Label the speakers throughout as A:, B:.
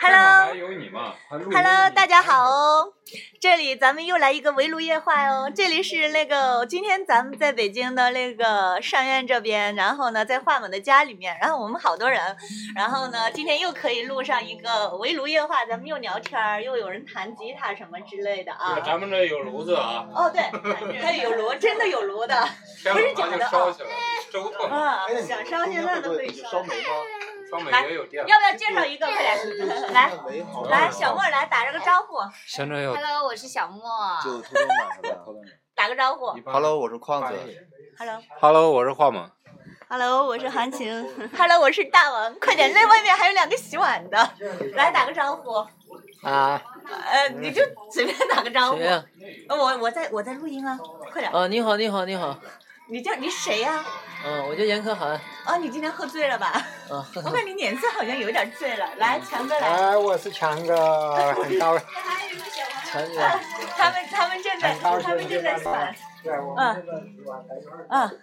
A: Hello，
B: 还有你嘛还录音
A: Hello，大家好哦！这里咱们又来一个围炉夜话哦。这里是那个今天咱们在北京的那个善院这边，然后呢在画们的家里面，然后我们好多人，然后呢今天又可以录上一个围炉夜话，咱们又聊天儿，又有人弹吉他什么之类的啊。
B: 对咱们这有炉子啊，
A: 哦，对，还有炉，真的有炉 的，哦
B: 天冷了就烧起来，周透，
A: 嗯，想烧现在都可以烧
C: 烧。煤吗？
A: 嗯
B: 双美也有电。
A: 要不要介绍一个？快点，来
C: 煤好。
A: 来，小莫来打这个招呼，
D: 行政有
E: Hello，我是小莫。
C: 就偷偷买是吧
A: 打个招呼。
B: 一般
C: ？Hello，我是框
B: 半
C: 子。
B: 夜
A: Hello。
D: ，Hello，我是画猛，
A: Hello，我是韩晴。Hello，我是大 王。快点，那外面还有两个洗碗的，来打个招呼。
F: 啊，
A: 呃，你就随便打个招呼。
F: 谁呀、
A: 呃我我在我在录音啊，快点。
F: 哦，你好，你好，你好。
A: 你叫你谁呀、
F: 嗯，我叫严可涵。
A: 哦，你今天喝醉了吧？
F: 嗯，
A: 我感觉你脸色好像有点醉了。来，强哥来。
F: 哎，我是强哥，很高。强哥，
A: 他们他们正
B: 哎
A: 在他们正在传。嗯嗯，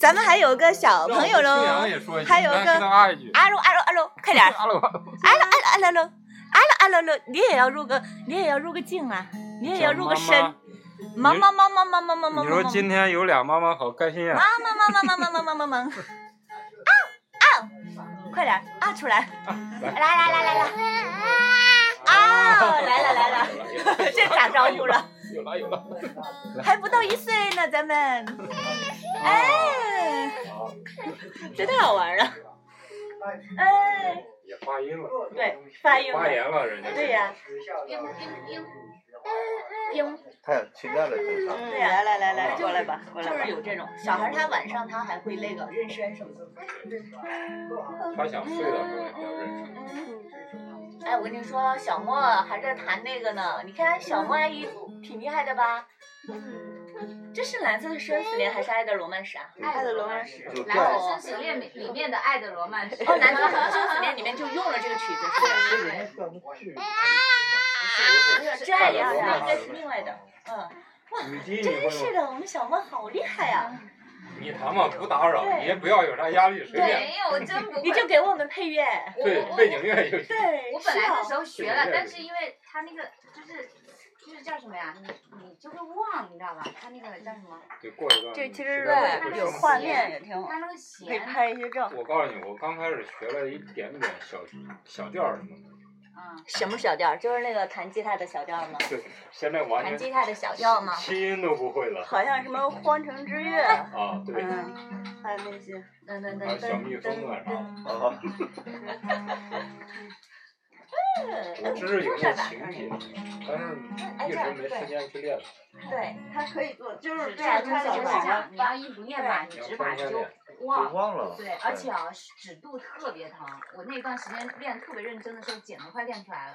A: 咱们还有个小朋友
B: 让我们新
A: 喽
B: 娘也说一，句
A: 还有
B: 你看跟
A: 个
B: 他二一句。
A: 阿鲁阿鲁阿鲁，快点儿。
B: 哈 喽，
A: 啊了啊了啊了喽，啊了啊了喽，你也要入个，你也要入个镜啊，你也要入个身，忙忙忙忙忙忙忙忙
B: 你说
A: 忙，
B: 今天有俩妈妈好开心呀！
A: 啊忙忙忙忙忙忙忙忙忙，啊啊，快点啊出来，来来来来来， 啊来了来了， 这打招呼了，
B: 有了有了，
A: 还不到一岁呢咱们， 哎，这太好玩了，哎，
B: 也发音了，
A: 对，发音
B: 发
A: 了，
B: 言了人家。
A: 对呀，嗯
C: 太期待了，这个。
A: 对呀，来来来来，过来吧，过来吧。哎就是有这种小孩，他晚上他还会那个妊娠什么的。
B: 他想睡的时候也要认
A: 嗯
B: 识。
A: 哎，我跟你说，小莫还在弹那个呢。你
B: 嗯
A: 看小莫阿姨挺厉害的吧？嗯这是蓝色的生死恋还是爱的罗曼史 啊？
E: 爱的罗曼史
C: 就
E: 蓝
C: 怪
E: 色
C: 我
E: 生死恋里里面的爱的罗曼史。
A: 哦，蓝色 的生死恋里面就用了这个曲子，是吧？这
B: 爱的
A: 样
B: 罗
A: 哎呀，
B: 曼
A: 应
B: 史
A: 该是另外的。嗯，
B: 雨姬，你
A: 真
B: 会
A: 是
B: 吗？
A: 的，我们小莫好厉害呀、
B: 你谈嘛，不打扰，你也不要有啥压力，随便。
E: 没有，我真不会。
A: 你就给我们配乐。
B: 对，背景乐就行。
A: 对，
E: 我本来那
A: 是
E: 时
A: 啊
B: 嗯
E: 候学了，但是因为他那个就是就是叫什么呀？你你就会忘，你知道吧？他那个叫什么？
B: 对，过一段。
A: 这其实
B: 对
E: 对
A: 有画面也挺好，
E: 他那个
A: 可以
E: 弦，
A: 拍一些这种。
B: 我告诉你，我刚开始学了一点点小小调儿什么的，
E: 嗯，
A: 什么小调？就是那个弹吉他的小调吗？
B: 对，现在完
A: 弹
B: 全
A: 吉他的小调吗？
B: 拼音都不会了
A: 好像什么《荒城之 月》，
B: 啊！对，
A: 嗯，还有那些噔噔
B: 还
A: 噔
B: 有小蜜
A: 噔
B: 蜂啊
A: 噔
B: 啥
A: 噔，
B: 的，
C: 啊，
A: 嗯
B: 我知道有那琴品，但是
A: 哎
B: 一直没时间去练。
A: 对，它可以做，就是啊
E: 这样啊就是
A: 小
E: 这样，你要一不念吧，你
B: 要
E: 指
B: 天
E: 法
B: 天
E: 就
B: 练
C: 我
E: 忘。
C: 忘
A: 哦
C: 了。
E: 对，而且啊，指肚特别疼。我那段时间练特别认真的时候，茧都快练出来了，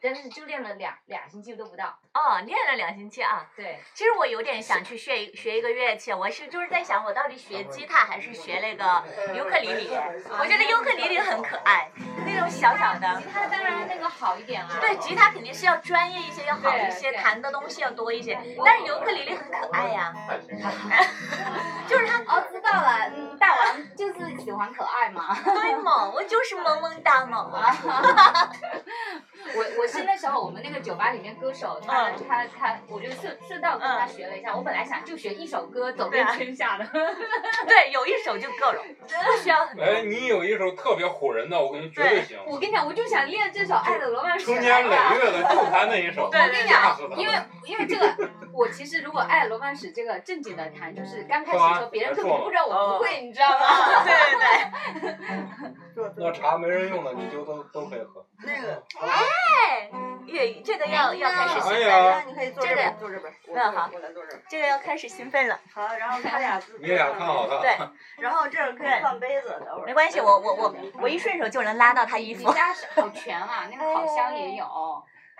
E: 但是就练了俩俩星期都不到。
A: 哦，练了两星期啊。
E: 对，
A: 其实我有点想去学一学一个乐器，我是就是在想，我到底学吉他还是学那哎个尤克里里？我觉得尤克里里很可爱，那种小小的
E: 吉。他当然那个好一点啊。
A: 对，吉他肯定是要专业一些，要好一些，
E: 对对
A: 弹的东西要多一些。但是尤克里里很可爱哎呀、就是它
E: 哦，知道了，嗯，大王就是喜欢可爱嘛。
A: 对嘛，我就是萌萌哒嘛。
E: 我我是那时候我们那个酒吧里面歌手，他
A: 嗯
E: 他他，我就顺顺道跟他学了一下。我本来想就学一首歌走
A: 啊
E: 遍天下的，
A: 对，有一首就够了，不需要很多。
B: 哎，你有一首特别唬人的，我跟你绝对行。
E: 我跟你讲，我就想练这首《爱的罗曼史》。
B: 成年累月的就弹那一首，
A: 对
E: 我跟你
B: 吓
E: 讲
B: 死他，了。
E: 因为因为这个，我其实如果爱罗曼史这个正经的谈，就是刚开始的时
B: 啊
E: 候，别人根本不知道我不会，你知道吗？
A: 对对对。
B: 那茶没人用了，你就都都可以喝。
A: 那个，哎，也这个要要开始兴
B: 哎
A: 奋了，
B: 呀，
G: 你可以坐
A: 这
G: 这
A: 个
G: 边，坐这边。我
A: 那好
G: 我来坐这儿。
A: 这个要开始兴奋了。
B: 啊
G: 好，然后他俩自
B: 你俩看好他。
A: 对，
G: 然后这儿可以放杯子，等会儿。
A: 没关系，我我我我一顺手就能拉到他衣
E: 你
A: 服。
E: 家是好全啊，那个烤箱也有，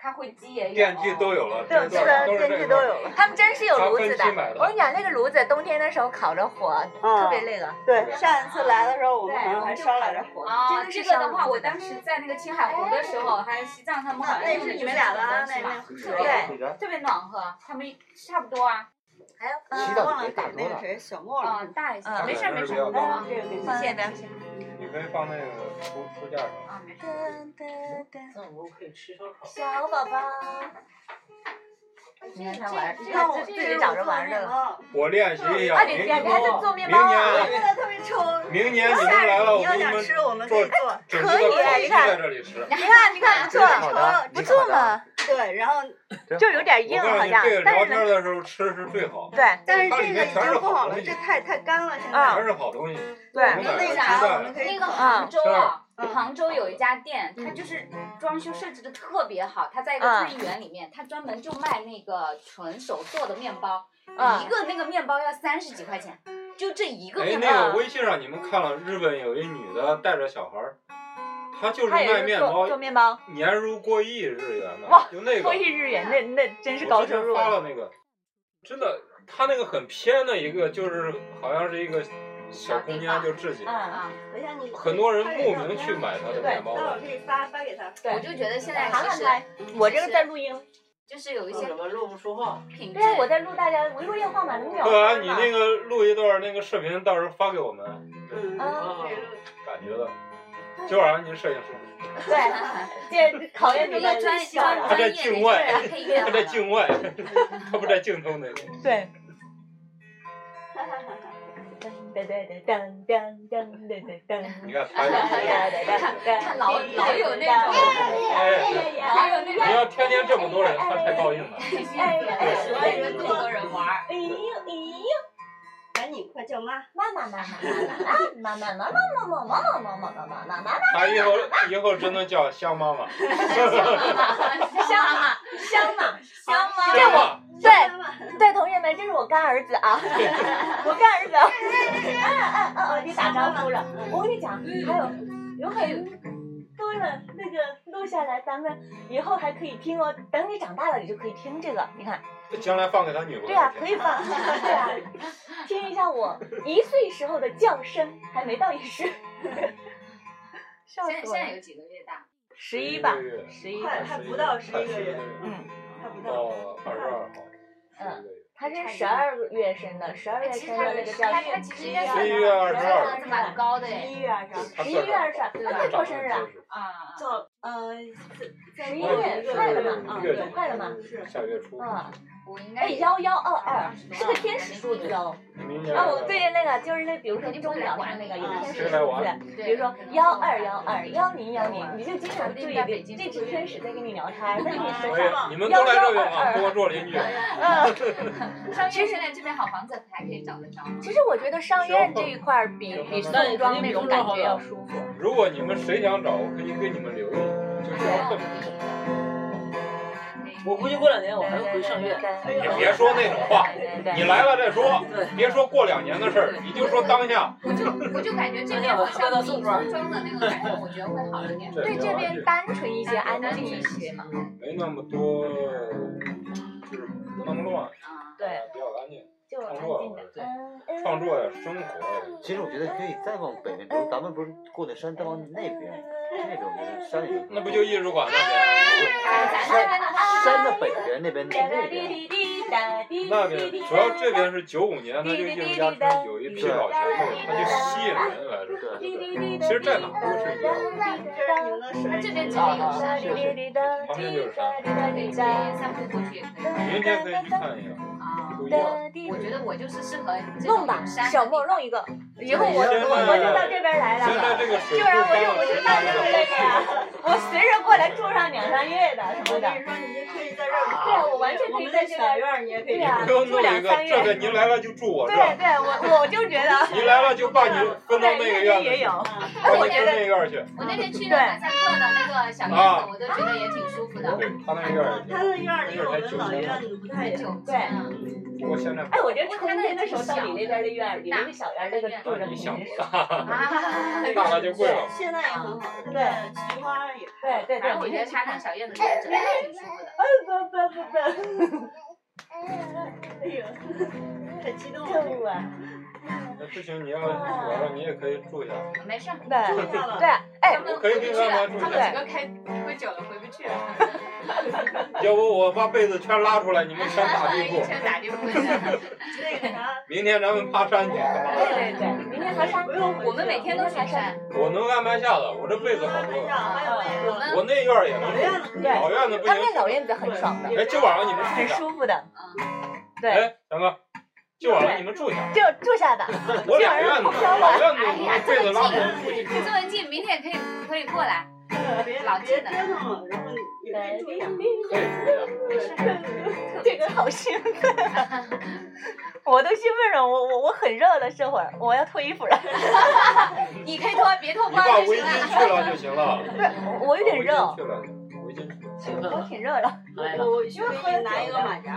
E: 咖啡机也有，
B: 电锯都有了，
G: 对，
B: 都
G: 基本上
B: 是
G: 电器都有。了。
A: 他们真是有炉子的
B: 他分期买，的
A: 我跟你讲，那个炉子冬天的时候烤着火，
G: 嗯
A: 特别那个。
G: 对，上一次来的时候，我
E: 对，
G: 们好像
E: 我
G: 还
E: 们就
G: 烧来着。
E: 火。啊，
A: 真的是
E: 这
A: 烧
E: 个
A: 炉
E: 的
A: 子
E: 话，我当时在那个青海湖的时候，还有西藏，他们好像
G: 那
E: 就是是
G: 你们俩的啊，
E: 东
G: 那
E: 西
G: 那
E: 嘛，
G: 对，
E: 特别暖和，他们差不多啊，
A: 还有，
F: 呃
G: 嗯，忘了给那个谁小莫了。
E: 嗯，大一些，
A: 嗯
E: 没事儿没事儿。
B: 嗯
G: 哎，这个给
A: 谢谢
G: 谢。
A: 的。
B: 你可以放那个书书架上。
E: 啊，没事。
A: 噔
F: 午可以吃烧烤。
A: 小宝宝，
E: 今天才玩，
G: 让我
E: 这
G: 自
E: 这
G: 己找着玩
E: 这
G: 儿了。
B: 我练习一
A: 啊，
B: 下，
A: 你
B: 明
A: 你还是做面包啊？
G: 现在特别丑。
B: 明年你们来了，我
G: 要
B: 给你
G: 想
B: 们
G: 吃，我们可以做。
B: 整
A: 可以
B: 个烤
A: 你
B: 鸡
A: 看
B: 在这里吃。
A: 你看，你看，不错，
C: 好的，
A: 不错嘛，
G: 对，然后
A: 就是有点
B: 我
A: 硬
B: 告诉
A: 好
B: 你，
A: 像
B: 这个，
A: 啊但
B: 聊
A: 是呢
B: 天的时候吃是最好，
A: 对
G: 但是这个已经不好了，这太太干了，现在。
A: 啊
B: 全是好东西。哎
A: 对
B: 我
G: 那
B: 们
G: 个
B: 在
G: 啥，我们
B: 吃
G: 可以
E: 那个杭州啊，杭州有一家店，
G: 嗯
E: 它就是装修设计的特别好，它在一个春园里面，它专门就卖那个纯手做的面包，一
A: 嗯，
E: 个那个面包要三十几块钱，就这一个
B: 哎，
E: 面包。
B: 那个微信上你们看了，日本有一女的带着小孩儿，她就是
A: 他也
B: 卖
A: 是
B: 面
A: 做
B: 包，
A: 做面包，
B: 年入过亿日元的
A: 哇，
B: 就那个
A: 过亿日元，那那真是高收入
B: 我之前发
A: 了。
B: 了那个，真的，他那个很偏的一个，就是好像是一个小空间就置景，
A: 嗯，
E: 啊，
G: 等一下你。
B: 很多人慕名去买他的面包
G: 那我
B: 的。
G: 可以发发给他。
A: 对
E: 我就觉得现在
A: 谈
E: 其
A: 看
E: 实
A: 他，我这个在录音，
E: 就是有一些
F: 怎么录不出话？
E: 品质
A: 对，啊，我在录大家围炉夜话嘛，能秒
B: 柯然，
A: 吗？
B: 啊你那个录一段那个视频，到时候发给我们，
G: 嗯。
B: 感觉的。今晚上您摄影师，
A: 对，这考验你
E: 一
A: 的
E: 个专
A: 笑
E: 专
B: 他
A: 了。
B: 在
E: 专业
B: 境
E: 的
B: 外
E: 这个 配乐好
B: 他
E: 了，
B: 在境外，他不在镜头那里。
A: 对。噔噔噔噔噔噔噔
B: 你
A: 噔。
B: 看他也是。
E: 他老老有那种，
B: 哎，
E: 老有
B: 你
E: 那种，
B: 要天天这么多人，他太高兴了。
A: 哎呀哎呀
E: 喜欢跟更多人玩儿。
A: 哎呦哎呦，
G: 赶紧快叫妈。
A: 妈妈妈妈妈妈妈妈妈妈妈妈妈妈妈妈妈妈，
B: 他以后以后真的叫香妈妈，
E: 香啊，
A: 香嘛香嘛。
B: 香妈。
A: 对 对，同学们，这是我干儿子 啊，我干儿子。 嗯嗯嗯嗯，你打招呼了。我跟你讲，
E: 嗯
A: 还有有很多的那个录下来，咱们以后还可以听哦。等你长大了，你就可以听这个。你看，
B: 将来放给他女朋友
A: 对啊，
B: 听
A: 可 以放，对啊，听一下我一岁时候的叫声，还没到一岁。笑
E: 现在现
A: 死我
E: 在
A: 了！
E: 有几个月大？
A: 十一吧
B: 一个，月
A: 十一。
G: 快还不到十一个月，
A: 嗯，
G: 还不到。
B: 到哦二十二号，
A: 嗯
B: 十一个
A: 他是
B: 月
A: 十二月生的，十二月
E: 其实
A: 生
E: 他
A: 的那个叫
E: 他他其实应该
B: 十
E: 算
B: 一月二十
E: 个
B: 二，
E: 子蛮高的
A: 十
E: 哎。
A: 一月二十
B: 他
A: 二，十一
B: 算
A: 月二十二，他嗯快过生日了，
E: 啊，
G: 早，呃，
A: 十
G: 十
A: 一
B: 月
A: 月快了
G: 嗯
A: 嘛，啊，
B: 月
A: 对，快了嘛，
G: 是
B: 下月初，
A: 嗯，
E: 我应该
A: 哎，幺幺二二是个天使数字哦，
B: 明年
A: 啊，我对那个就是那，比如说钟表上那个有天使
B: 谁
A: 数
B: 来玩？
A: 字，比如说幺二幺二幺零幺零，你就经常注意这这只天使在跟你聊天，在跟你说
B: 我
A: 话，
B: 也，你们都来这边啊，多做邻居。
A: 嗯，
E: 上月现在这边好房子还可以找得着吗？
A: 其实我觉得上院这一块儿比比宋庄那种感觉要舒服，
B: 如果你们谁想找，我可以给你们留一个，就这样。
E: 哎
F: 我估计过两年我还会回上月。
B: 你别说那种话，你来了再说，
F: 对，
B: 别说过两年的事儿，你就说当下。
E: 我就我就感觉这边好像比宋庄的那个感觉，我觉得会好一点。
A: 对这边单纯一些，安静一些嘛，
B: 没那么多，就是不那么乱，
E: 啊，
A: 对，
B: 比较干净。
A: 就安
B: 创
A: 静
B: 作
A: 的，，
B: 创作呀，生
A: 嗯
B: 活。
C: 其实我觉得可以再往北面，比如咱们不是过的山，再往那边，
A: 嗯
C: 那种就是山里面，
B: 那不就艺术馆
A: 啊
B: 那
E: 咱这边的话，
C: 山的北边那边那边，
B: 边？那边主要这边是九五年，他就艺术家出有一批老前辈，他就吸引人来这儿。其实在哪儿都是一样，
E: 那这边这边有山，可以直接散步过去也可以
A: 嗯
B: 明天可以去看一看，
E: 啊。
B: 都一样。
E: 我觉得我就是适合
A: 弄吧，小莫弄一个，以后我我我就到这边来
B: 现在
A: 了，
B: 这个水
A: 就
B: 库
A: 让我
B: 干
A: 就我就
B: 了
A: 到这边来了，我随着过来住上两三月的什么
G: 我
A: 的
G: 跟，你说，你可以在这儿。
A: 对啊，我完全可以在这
G: 小
A: 边，
G: 院儿，你也可以
A: 对
G: 这
A: 啊
B: 你不用
A: 住
B: 弄
A: 两
B: 一
A: 三
B: 个，这个
A: 月，
B: 您来了就住我这
A: 对
B: 儿，
A: 对，我我就觉得，
B: 您来了就把你分到那个
A: 对那边也
B: 院子，
A: 有，
B: 把你分那院去。
E: 我那天去那马赛克的那个小院子，我都觉得也挺舒服
A: 啊
E: 的。
B: 对，他那院
G: 嗯他的院儿离我们老院子不太
E: 对
G: 远。
E: 酒精
A: 对
E: 啊，
B: 不过现在
A: 哎，我觉得春天的时候到你那边的院儿，你那个小院儿那个住着
B: 你
A: 挺
B: 想
A: 舒
B: 多
A: 服。
B: 了，
E: 啊
B: 大了就贵了。
G: 现在也很好，现在菊花也
A: 对
E: 反
A: 对对，
E: 正我觉得他那小院子真的整的挺舒服的。
A: 不不不不。
G: 哎呦，很激动。
A: 动物啊，
B: 那不行，你要来了，你也可以住一下。
E: 没事儿，
A: 对
G: 住下了
A: 对，哎
E: 他，们
B: 我可以给他拿出去
E: 他们几个开喝酒了，回不去了，
B: 要不我把被子全拉出来，你们全打地
E: 一
B: 铺。
E: 圈打地铺。
G: 那个
B: 明天咱们爬山去，干嘛
E: 对对对，明天爬山
G: 不，用回去
E: 我们每天都爬山。
B: 我能安排下的，我这辈子好多了。
G: 我
E: 我们
B: 我那院儿也
G: 老
B: 能，
G: 院子
B: 老院子
A: 他
B: 不
A: 们那老院子很
B: 行。
A: 爽的，
B: 哎，今晚上你们住
A: 很
B: 一下。
A: 舒服的，对，
B: 哎，强哥，今晚上你们住一下。
A: 就住下吧。
B: 我俩院子，老院子，我这辈子拉不动出去。
E: 这么近，明天也可以可以过来。
G: 别
E: 老
G: 别
E: 近的
G: 折腾了，然后也可以住一下。
B: 可以哎住一
E: 没
B: 下。
E: 事，特
A: 这
E: 别
A: 个好兴奋， 我都兴奋了，我我我很热了，这会儿我要脱衣服了，
E: 近。你可以脱，别脱
B: 嗯你
E: 光
B: 把
E: 了就
B: 围
E: 行了。
B: 巾去了就行了。
A: 我我有点
B: 把
A: 热
B: 围巾，去了，围巾
A: 我
B: 去了。
A: 挺热的，
G: 我我去给你拿一个马甲，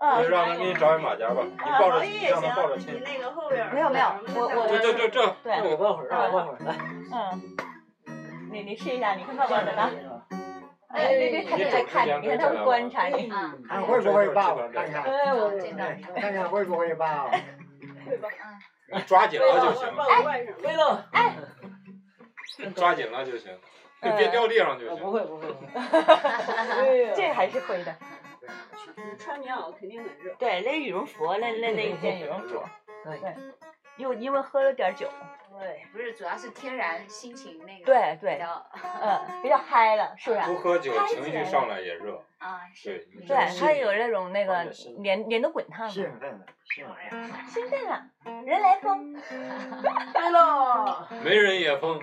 B: 那就
A: 嗯，
B: 让他给你找一马甲吧，你
G: 啊
B: 抱着，
G: 毛衣
B: 你
G: 也
B: 让
G: 行
B: 他抱着，
G: 你
B: 亲。
G: 那个后边儿
A: 没有没有我我
B: 这这这这，
A: 对，
B: 这个
D: 我会儿，让我问会儿，来，
A: 嗯，你你试一下，你看
D: 啊
A: 爸爸的呢，哎，
E: 哎
A: 别别看别别看你，别看他会观察你，
E: 啊，
D: 看会不会抱哎我看看，
A: 哎我
E: 这倒是。
D: 看看会不会抱。
B: 抓紧了就
G: 我
B: 行
G: 抱我外甥，
D: 威龙，
B: 抓紧了就行，
A: 哎
B: 别掉地上就行。
D: 不会不会，
A: 这还是会的，
G: 穿棉袄肯定很热。
A: 对，那羽绒服，那那那一件羽绒服，对，又因为喝了点酒，对
E: 不是，主要是天然心情那个。。
A: 对
E: 比
A: 对，
E: 较
A: 嗯，比较嗨了，是不是？
B: 不喝酒，情绪上来也热。
E: 啊，是
B: 对。你
A: 对，他有那种那个
D: 是是
A: 脸脸都滚烫了，
D: 兴奋了，兴奋了。
A: 兴奋了，人来疯。
D: 飞了，
B: 没人也疯，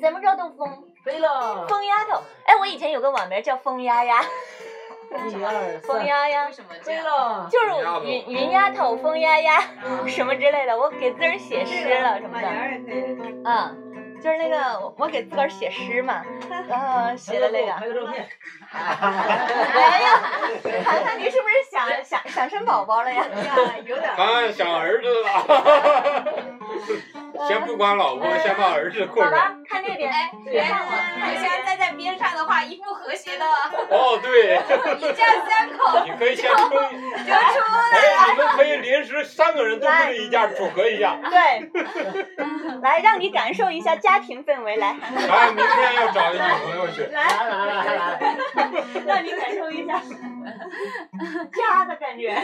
A: 怎么着都疯，
D: 飞了，
A: 疯丫头。哎，我以前有个网名叫疯丫丫，
D: 一二
A: 疯
D: 三，
A: 丫丫
E: 为，什么这
D: 飞
E: 样？
D: 了，
A: 就是我云云丫头、疯丫丫
E: 啊
B: 嗯
A: 什么之类的，我给自个儿写诗了什么
G: 马甲
A: 的，
G: 也可以。
A: 嗯，就是那个我我给自个儿写诗 嘛，然后写的那个。
D: 拍个照片，
A: 哎 呀，涵涵，你是不是想想想生宝宝了呀？
G: 呀，有点
B: 咱俺想儿子了。先不管老婆，先把儿子过
A: 宝宝
B: 上。，
A: 看这边，
E: 哎，别看我，你像站在边上的话，一副和谐的
B: 哦，对，
E: 一家三口
B: 你可以先冲，
E: 就出
B: 哎，你们可以临时三个人都不是一家组合一 下。
A: 对，来让你感受一下家庭氛围，来，
B: 咱哎明天要找一女朋友去。
D: 来来来来来，
A: 让你感受一下 家的感 觉。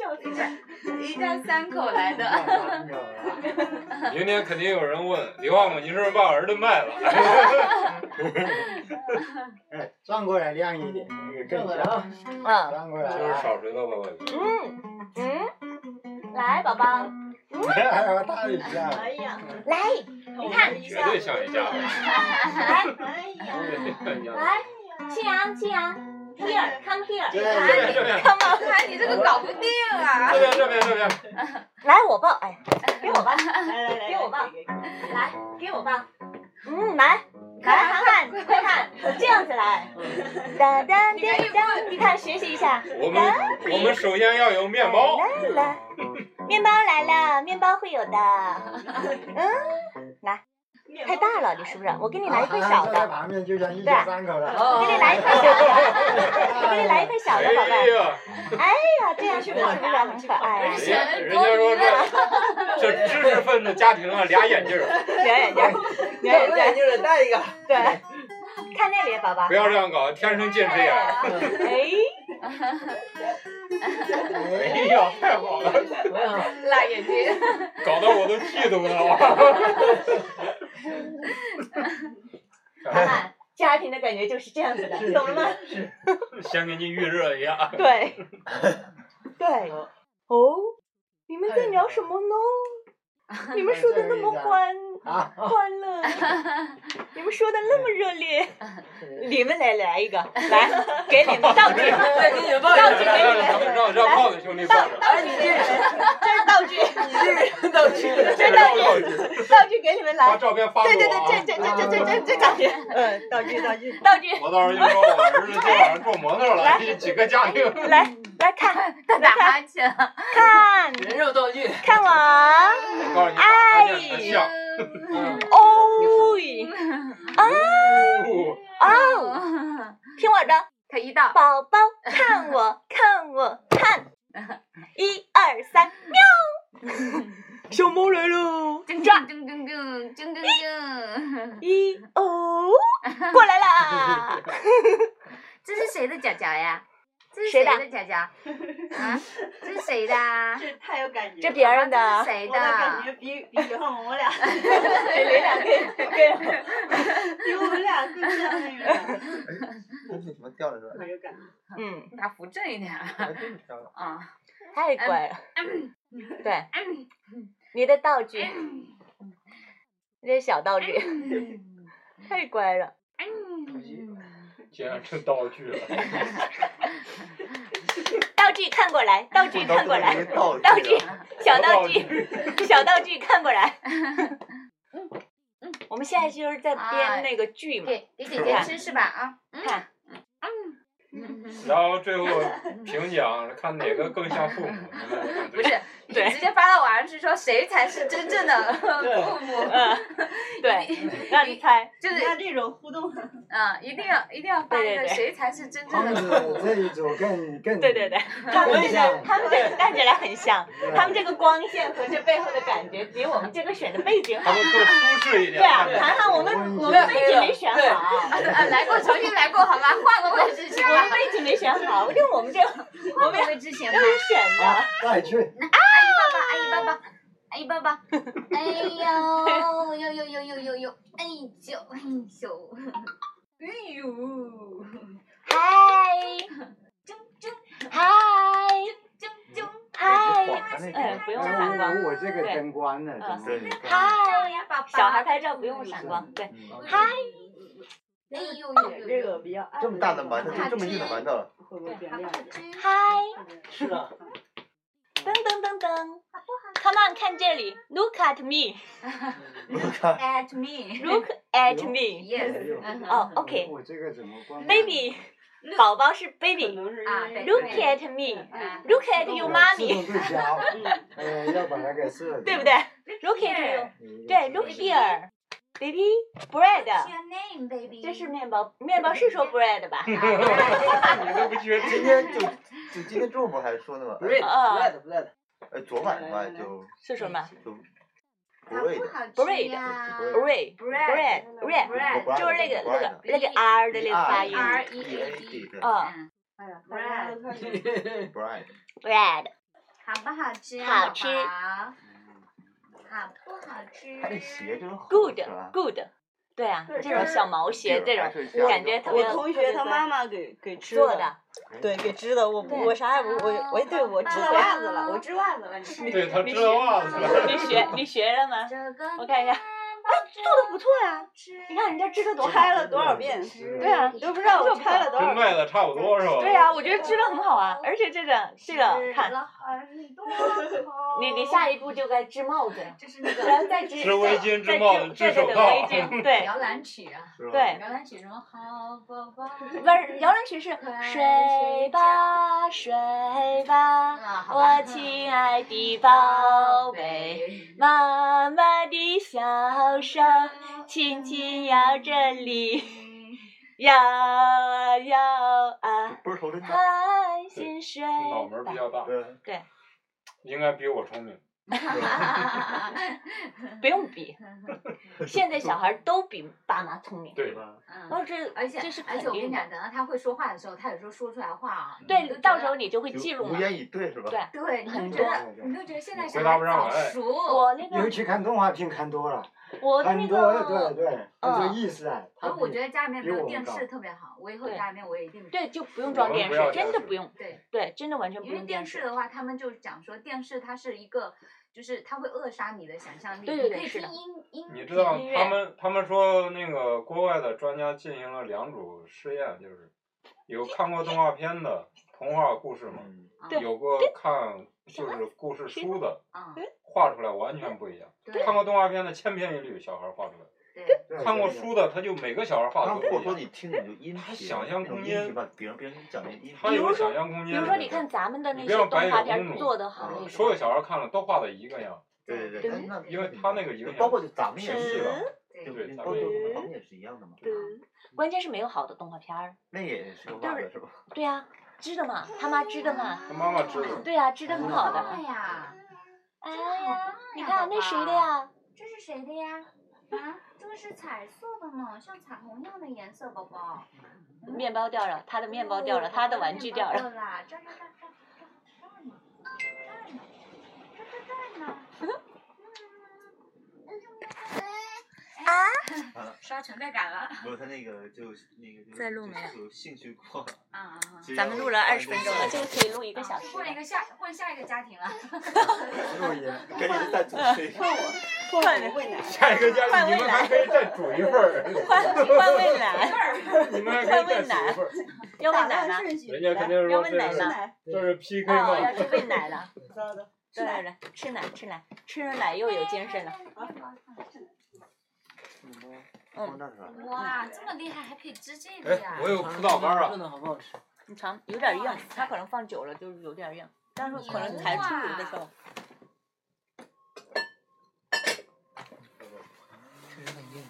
A: 笑死我！
E: 一家三口来的。
B: 明天肯定有人问李旺姆，你是不是把儿子卖了？
F: 哎，转过来亮一点，那个更香。
A: 嗯
F: 转过
B: 就
F: 来
B: 是少谁了吧？我
A: 嗯嗯，来，宝宝，
F: 啊 我大一下。
G: 哎呀，
A: 来
G: 你
B: 绝对像一家的，
A: 来
G: 哎呀，
B: 绝对像一 家的。
A: 来，啊庆阳庆阳，here come
F: 对
A: here，
B: 这边
F: 对
B: 这边
A: ，come on，
E: 看你这个搞不定啊
B: 哎这！边这边这边，
A: 来我抱，哎，给我抱，
G: 来来来，
A: 给我吧来给我抱，嗯，来。来，涵涵，快看，这样子来，哒哒
E: 你看
A: 叮当，你看学习一下，
B: 我们我们首先要有面包。
A: 来了，面包来了，面包会有的。嗯，太大了，你是不是？我给你来一块小
F: 啊在
A: 的，
F: 旁边就像一家三口
C: 哦
F: 了。
A: 我给你来一块小的，我给你来一块小
B: 哎
A: 的，宝贝。
B: 呀，
A: 哎呀，这样是不是很可爱？
B: 人家啊人家说这这知识分子家庭啊，俩眼镜儿，
A: 圆眼睛，圆眼睛，
D: 镜儿戴一个，
A: 对，看那里，宝宝
B: 不。要这样搞，天生近视眼。
A: 哎，
B: 哎呀，太好了，
D: 没有，
E: 辣眼睛，
B: 搞得我都嫉妒 了。
A: 涵涵，家庭的感觉就是这样子的，懂了吗？
B: 先给你预热一下，
A: 对，对，哦，你们在聊什么呢？你们说的那么欢
F: 啊，
A: 欢乐，你们说的那么热烈，你们来来一个，来给你们道具，
D: 再给你们抱一
A: 道
D: 个
A: 具。给
B: 让
A: 你
B: 让
A: 们，
B: 让让胖子兄弟抱着，
D: 哎，你这
A: 这是道具，
D: 你这人都去了，
A: 这道具，道具给你们
B: 把
A: 来。
B: 照片发给
A: 对
B: 我
A: 对
B: 啊。
A: 对，这这这这这这这感觉，嗯，道具道具道具，
B: 我到时候就说我儿子今晚上做模特了，这几个家庭。
A: 来来看
E: 他打哈欠。
A: 看
D: 人肉道具。
A: 看我，
B: 我告诉你，他
A: 哎
B: 念得像。
A: 哦，
B: 哦
A: 哦，听我的，
E: 他一到，
A: 宝宝看我，看我，看，一二三，喵！小猫来了，
E: 噔噔噔噔噔噔噔噔，
A: 一哦，过来啦！
E: 这是谁的脚脚呀？这这是
A: 谁
E: 谁
A: 的
E: 的？佳佳，啊，这是谁的啊？
G: 这太有感觉了。
A: 这别人
E: 这
A: 的
E: 是，谁
G: 我的感
E: 的？
G: 觉比比以后我们俩，你俩更更， 比我们俩更像那个，
C: 东西怎么掉了这儿？
G: 很有感觉。
A: 嗯，
E: 你打扶正一点啊！
C: 还真是掉了。
E: 啊，
A: 太乖了。对，你的道具，你的小道具，太乖了。
B: 竟然成道具了，
A: 道具看过来，道具看过来，
C: 道
A: 道具，小道
B: 道
A: 具， 小道具看过来。嗯我们现在就是在
E: 啊
A: 编那个剧嘛，
E: 给给姐姐吃是吧？啊，
A: 看
B: 然后最后评奖看哪个更像父母，你
E: 不
B: 们看对
E: 是，你
A: 对
E: 直接发到网上去说谁才是真正的父母，
A: 嗯，对， 让你猜，
E: 就
G: 人
E: 是
G: 家这种互动，
E: 啊，一定要一定要发一
A: 对对
E: 个
A: 对
E: 谁才是真正
F: 他
E: 的
F: 们
E: 父母。
F: 这一组更更
A: 对对对，他们这个他们这个看起来很像，他们这个光线和这背后的感觉比我们这个选的背景
B: 他
A: 好。
B: 们更舒适一
A: 对
B: 点。
A: 啊，涵涵，我们我们背景没选好。
E: 啊，来过，重新来过，好吧，换个位置去
A: 我们
E: 吧。
A: 位置没选好，我跟我们这
E: 我们会之前吧，
A: 选
F: 啊
A: 的，，
F: 带去
E: 阿姨爸爸，阿姨爸爸，哎呦，呦呦呦呦呦呦，哎呦，哎呦，哎呦，
A: 嗨
E: 啾啾
A: 嗨，
E: 啾啾，
A: 嗨，
F: 哎
A: 嗯，不用闪光，
F: 我这个灯关了，
A: 嗯
F: 怎
C: 对，
F: 么
C: 你看，
E: 哎
A: 嗨，
E: 呀，爸爸，
A: 小孩拍照不用闪光，对，
C: 嗯
E: 嗨，哎呦呦
G: 这
E: 呦
G: 个
E: 呦，
G: 比较暗
C: 这么大的
G: 那
C: 馒
G: 种
C: 头，就这么硬的馒头了，
G: 会不会变亮？
A: 嗨，
G: 是的，
A: 噔噔噔噔，Come on，看这里，Look at me，Look
C: 我看，
E: ，at me，
A: at me，
F: 哎
E: yes，嗯
F: 呦
A: 哦，OK，
F: 我这个怎么关
A: baby，宝宝是
G: 可
A: baby，Look
G: 能是
E: 啊
G: 因为
E: 对
A: at me，Look
E: 啊
A: at your mommy，
F: 不小，呃，要把它给射了，
A: 对不对？Look at you，对，Look here，baby
E: What's
A: bread，
E: your name, baby？啊
A: 这是面包，面包是说 bread 吧？
B: 你都不觉
C: 今
B: 得？
C: 天就就今天中午还说呢嘛，
D: red
A: 啊
D: red red，
C: 哎，昨晚的嘛就
A: 是什么
C: 就不瑞的，
E: 不好吃呀
B: 嗯
C: Bread
A: ？bread bread bread，就是那个那个那个 r 的那个发音
E: R E
C: E
E: A
C: A
E: D
C: D 对
A: 嗯
G: 哎呀，大家都看见了
C: ，bread，
A: ，bread，
E: 好不好吃？啊
A: 好吃
E: 宝宝好不好吃？
C: 他的鞋真好
A: good
C: 是吧？
A: good，对啊，
G: 对
A: 这种小毛鞋这种感觉特别
G: 我同学他妈妈给给织
A: 做的，
G: 对，给织的，我
A: 对
G: 我啥也不，我我对我织袜子了，我织袜子了，你看
B: 对他知道啊袜子 了。
A: 你学你学了吗？
E: 这个啊
A: 我看一下 做的不错呀，你看人家织的多
G: 拍
A: 嗨
G: 了多少遍？
A: 对啊
G: 你都不知道我拍了多
B: 嗯跟
G: 少遍。
B: 卖的差不多是吧？
A: 对啊呀，我觉得织的很好啊，而且这 个这个看，你你下一步就该织帽子了，
E: 啊就是那
A: 然
E: 个
A: 后再织
B: 织围巾织帽子
A: 对
B: 织
A: 对
B: 手
A: 对，
B: 套
A: 围巾， 对
E: 摇篮曲啊，
A: 对。
E: 摇篮曲什么好宝 宝
A: 不是摇篮曲是
E: 快
A: 睡吧睡吧，嗯
E: 啊，好吧
A: 我亲爱的宝贝，，妈妈的小手
E: 嗯
A: 轻轻摇着 你，摇啊摇啊，
C: 不是头真
F: 嗯
C: 大，
A: 安心睡
B: 脑门儿比
A: 吧。
B: 较大，
C: 对，
B: 应该比我聪明。
E: 嗯
A: 不用比，现在小孩都比爸妈聪明。
B: 对，
C: 吧？
E: 嗯
A: 哦，这
E: 而且
A: 这是
E: 而
A: 肯
E: 且我跟
A: 定
E: 你
A: 的。
E: 讲，等到他会说话的时候，他有时候说出来话啊，
A: 对，到时候你就会
C: 就
A: 记录
C: 无
A: 嘛。
C: 言以对是吧？
A: 对
E: 对，你
A: 很
E: 就觉
A: 多
E: 得你就觉得现在
B: 你
E: 小
B: 回答
E: 孩
B: 不上
E: 早
B: 来哎
E: 熟，
A: 我那
F: 尤
A: 个
F: 其看动画片看多了，
A: 我的那
F: 很多对
A: 个嗯
F: 对，很多意思啊。
E: 所以哦我觉得家里面没
F: 比
E: 有
F: 我
E: 电
F: 们
E: 视
F: 高
E: 特别好，我以后
A: 对
E: 家里面我也一定
A: 对，就不用装
B: 我
A: 电
B: 们不
A: 视
B: 要，
A: 真的
B: 电视
A: 不用。
E: 对。
A: 对，真的完全不
E: 因为
A: 用
E: 电
A: 电
E: 视。的话，他们就讲说电视它是一个，就是它会扼杀你的想象力。
A: 对对对
E: 你可以
A: 是
E: 听
A: 的
E: 音音频。
B: 你知道
A: 音乐
B: 他们他们说那个国外的专家进行了两组试验，就是有看过动画片的童话故事嘛，
C: 嗯，
A: 对
B: 有过看就是故事书的，
E: 啊、
B: 画出来完全不一样。
E: 对
B: 看过动画片的千篇一律，小孩画出来；
E: 对，
F: 对
B: 看过书，的，他就每个小孩画
C: 他
B: 的
C: 或
B: 都
C: 者
B: 不
C: 说
B: 一
C: 你
B: 样，
C: 听你就音
B: 他
C: 频，
B: 想象空间
C: 那种音频吧，别人别人讲的音频，
B: 他有想象空
A: 比
B: 间
A: 如
B: 的。
A: 说，你看咱们的那
B: 你
A: 些
B: 不要
A: 动
B: 白
A: 画
B: 眼
A: 片
B: 公
A: 儿
B: 主
A: 做的
E: 啊
A: 好那种，
B: 所有小孩看了都画的一个样，
C: 对对对，
A: 对
C: 哎那
B: 因为他那个影响
C: 包括就咱们也是吧，
E: 对
C: 就
B: 对
C: 包括
A: 对
C: 咱们也是一样的嘛，
A: 嗯关键是没有好的动画片儿。
C: 那也是个骂的是吧？
A: 对呀、织的嘛，他妈织的嘛。
B: 他妈妈知道。
A: 对呀、织的很好
E: 好棒
A: 的。
E: 哦呀！
A: 哎
E: 嗯真的好棒
A: 呀
E: 呀，
A: 你看那谁的呀？
E: 这是谁的呀？啊，这个是彩色的呢，像彩虹一样的颜色，宝宝。
A: 面包掉了，他的面包
E: 哦
A: 掉了，他的玩具掉了。
E: 了。这儿这儿这儿这儿这儿呢，这儿呢，这儿这儿这儿呢。啊！刷存在感了
C: 不，他那个就那个
A: 在录没有
C: 有兴趣 过了。
E: 啊！
A: 咱们录了二十分钟了，这
C: 就
A: 个可以录一个小时。
E: 换一个下换下一个家庭了。
F: 录音。
C: 赶紧再准备。
A: 换
G: 我喂奶，
B: 下一个家
A: 换
B: 庭你
A: 未
B: 们
A: 来
B: 还可以再煮一份儿，
A: 换换喂奶，
B: 你们还可以再煮一份儿，
A: 要喂
G: 打
A: 奶
G: 乱
A: 吗？
G: 顺序，
B: 人家肯
G: 来
B: 定是
A: 要
B: 说
A: 问
B: 这
A: 奶
B: 是
A: 呢
G: 奶，
B: 这是 PK
A: 哦，要
B: 嘛，
A: 是喂 奶了，
G: 糟的，
A: 对对对，吃奶吃奶，吃了奶 又有精神了。
C: 放这
A: 嗯
C: 儿了。
B: 嗯
E: 哇，这么厉害还可以织这个呀
B: 哎，！我有葡萄干
D: 炖
B: 啊，
D: 的好不好吃？
A: 你尝有点硬
E: 哇塞，
A: 它可能放久了就是有点硬，但嗯是可能
E: 牛
A: 才出
E: 啊
A: 炉的时候。
D: 这有点硬，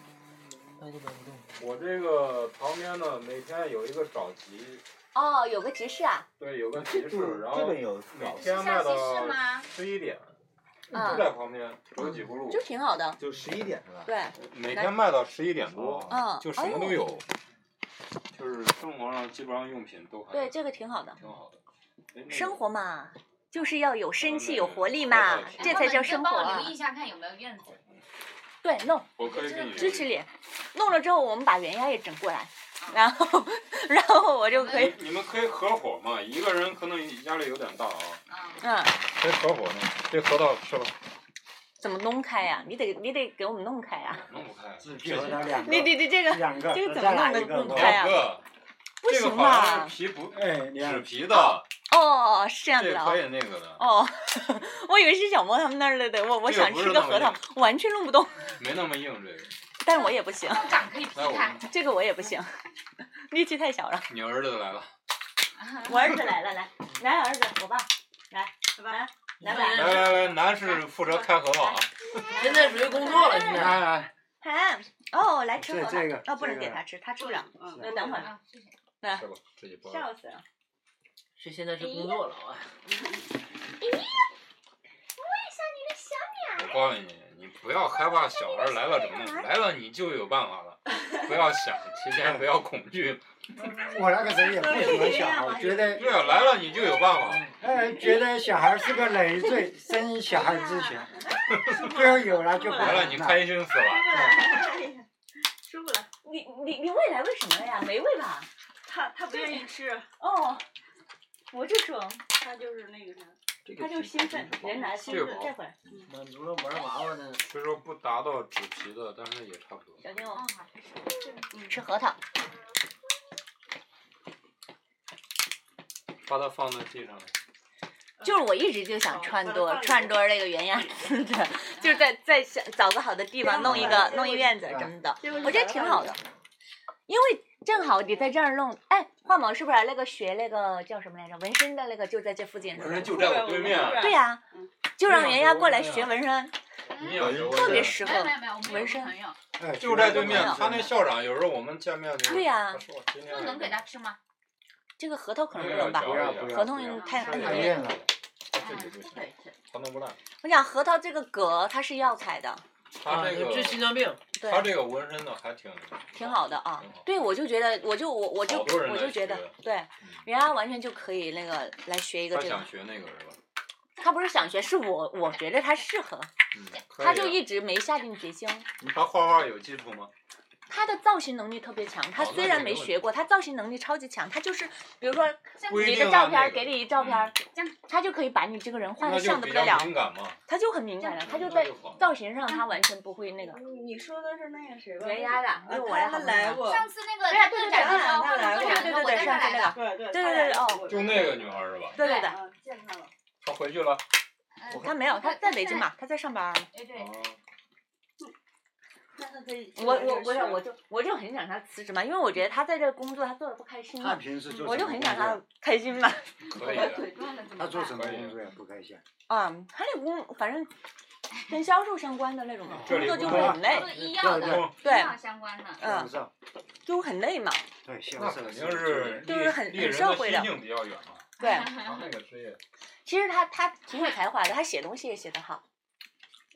D: 掰都掰不动。
B: 我这个旁边呢每天有一个找集，
A: 哦，有个集市啊，
B: 对，有个
C: 这
B: 集
C: 个
B: 市，
C: 这
B: 然后
C: 个有
B: 每
C: 搞，
B: 天卖
E: 下集市
B: 到
E: 吗？
B: 十一点，就
A: 嗯，
B: 在旁边有几步路
A: 就，挺好的，
C: 就十一点是吧？
A: 对，
B: 每天卖到十一点多，
A: 嗯，
B: 就什么都
A: 哎呦，
B: 有，就是生活上基本上用品都还
A: 对，这个挺好的。
B: 挺好的。哎那
A: 生
B: 个
A: 活嘛，就是要有生气、有活力
B: 嗯
A: 嘛
B: 嗯，
A: 这才叫生活
E: 哎帮我
A: 啊
E: 留意。一下，看有没有院子。
A: 对，弄
B: 我可以给你
A: 支持你，弄了之后我们把袁丫也整过来，然后 然后我就可以，
B: 你你们可以合伙嘛，一个人可能压力有点大啊，
E: 啊，
A: 嗯，
B: 可以合伙弄，这合到是吧？
A: 怎么弄开呀？你得你得给我们弄开呀，
B: 弄不开，
F: 只比了两个，
A: 你你你这个
F: 两个，
A: 这个怎
F: 再
A: 么
F: 来
A: 弄
F: 一
A: 得
F: 个
A: 弄不
F: 吧
A: 开呀
B: 两？个，
A: 不
B: 这个
A: 行
B: 好啊像
A: 吧？
B: 是皮不
F: 哎，你
B: 纸
F: 看，
B: 皮的，
A: 哦，是这样子
B: 这
A: 的
B: 可
A: 哦。
B: 以那个的，
A: 哦， 我以为是小莫他们那儿来的，我我
B: 这个
A: 想
B: 不是
A: 吃个
B: 那么
A: 核桃，完全弄不动，
B: 没那么硬这个。
A: 但我也不行，
E: 动感可以劈
B: 来，我
E: 开
B: 们。
A: 这个我也不行，力气太小了。
B: 你儿子来了，哎
A: 我儿子来了，来来儿子，我爸来，我爸来来不来？
B: 来来来，男士负责开核桃啊，
D: 现在属于工作了，现
F: 来
D: 在。
F: 来来，
A: 涵，哦，来吃
F: 这
A: 核桃
F: 这个，
A: 哦，不能
F: 这
A: 给
F: 个
A: 他吃，他吃不了，
G: 嗯
A: 那等会儿，
E: 啊，谢谢。
B: 吃吧，自己包。
A: 笑死了。
D: 是现在是工作了啊。
B: 我告诉你，你不要害怕小孩来了怎么弄，来了你就有办法了，不要想，提前不要恐惧，
F: 我那个时候也不喜欢小孩，我觉得，
B: 对啊，来了你就有办法。
F: 哎，觉得小孩是个累赘，生小孩之前， 最后有了就不
B: 来了
F: 玩
B: 你
F: 了。
B: 开心死了。
G: 舒服了，
A: 你你你喂奶喂什么了呀？没喂吧？
G: 他他不愿意吃，
A: 哦，我就说
G: 他就是那个啥，
A: 他就是兴奋，人来兴
B: 这
A: 奋
B: 个，
A: 这会儿
D: 满足了玩娃娃的，
B: 虽说不达到纸皮的，但是也差不多。
A: 小心哦
E: 哦，，
A: 吃核桃。
B: 把它放在地上，
A: 就是我一直就想
G: 哦
A: 串
G: 把它
A: 多
G: 放里
A: 串
G: 面
A: 多那个圆牙 子的，就是在在想找个好的地方弄一个弄一院子什么的，
G: 结果
A: 我觉得挺好的，因为正好你在这儿弄，哎，画蟒是不是那个学那个叫什么来着？纹身的那个就在这附近是
B: 纹
A: 吧
B: 身？嗯就在我对面，啊
A: 对呀、就让圆牙过来学纹身，
B: 你也有
A: 特别适
B: 是。
E: 没有
A: 合
E: 没。有没有，我们有
A: 纹
E: 个
A: 身
E: 朋友，
F: 哎
B: 就在对
A: 这
B: 面
A: 个，
B: 他那校长有时候我们见面的时候，
A: 对呀
B: 他说我今天
E: 那能给他吃吗？
A: 这个核桃可能
B: 不
A: 不
B: 要
A: 能吧
B: 嚼？
F: 不要
B: 不
F: 不
B: 要
A: 合同太
B: 不要
A: 太
F: 太硬了，
B: 这个不
D: 哎
B: 行，他弄不烂。
A: 我想核桃这个葛它是药材的，
B: 他这
D: 啊
B: 个
D: 治心脏病，
A: 对，
B: 他这个纹身的还挺
A: 挺好的啊
B: 挺好。
A: 对，我就觉得，我就我我就
B: 好多人
A: 我
B: 来
A: 就觉得
B: 学，嗯
A: 对，人家完全就可以那个来学一个
B: 他
A: 这个
B: 想。学那个是吧？
A: 他不是想学，是我我觉得他适合，
B: 嗯，可以啊
A: 他就一直没下定决心。
B: 他画画有基础吗？
A: 他的造型能力特别强，他
B: 哦那
A: 虽
B: 就
A: 然
B: 没
A: 没
B: 问
A: 学
B: 题
A: 过，他造型能力超级强。他就是，比如说
B: 不一
A: 你
B: 定
A: 的
B: 啊
A: 照片
B: 那
A: 儿，
B: 个嗯
A: 给你一照片儿，
E: 这样
A: 他就可以把你这个人画
B: 那
A: 的
B: 就
A: 像的
B: 比
A: 不得
B: 较
A: 了，
B: 敏感嘛。
A: 他就很敏感了，他就
B: 那
A: 在
B: 就好。
A: 造型上他完全不会那个
G: 你你说的是那个谁吧？
A: 圆压的，因为我来
G: 啊他们来过，
E: 上次那个
A: 哎对呀对对对
E: 展的时候，
G: 他来
E: 或
G: 过
E: 者展的时候我带他来的。
G: 对对
A: 对对哦，
B: 就那个女孩是吧？
A: 对对对，
G: 嗯，见他了，
B: 她回去了。
E: 嗯
A: 他没有，他在北京嘛，他在上班儿。
E: 哎对，
B: 哦
G: 那他可以去
A: 我
G: 那
A: 我
G: 儿
A: 我
G: 学
A: 想我就我就很想他辞职嘛，因为我觉得他在这个工作他做的不开心
F: 他
A: 嘛，
F: 平时做什么
A: 我就很想
F: 工
A: 他开心嘛。
B: 可以啊 的，
E: 腿断了怎么
H: 哎
F: 作他
E: 办？
F: 做什么工作也不开心。
A: 啊，他那工反正跟销售相关的那种
B: 嗯这
A: 工
B: 里
A: 作
B: 不
A: 就
B: 说
A: 会
F: 了
A: 很累
E: 做，医药的，
B: 哦
A: 对
E: 医药相关的。
A: 嗯
F: 销，售，
A: 就会很累嘛。
F: 对销
B: 那
F: 售
B: 肯定是
A: 就是
B: 离
A: 很
B: 离
A: 很
B: 人
A: 社
B: 的
A: 会
B: 心
A: 的
B: 境比较远 嘛。
A: 对，
B: 他那个职业，
A: 其实他他挺有才华的，他写东西也写得好，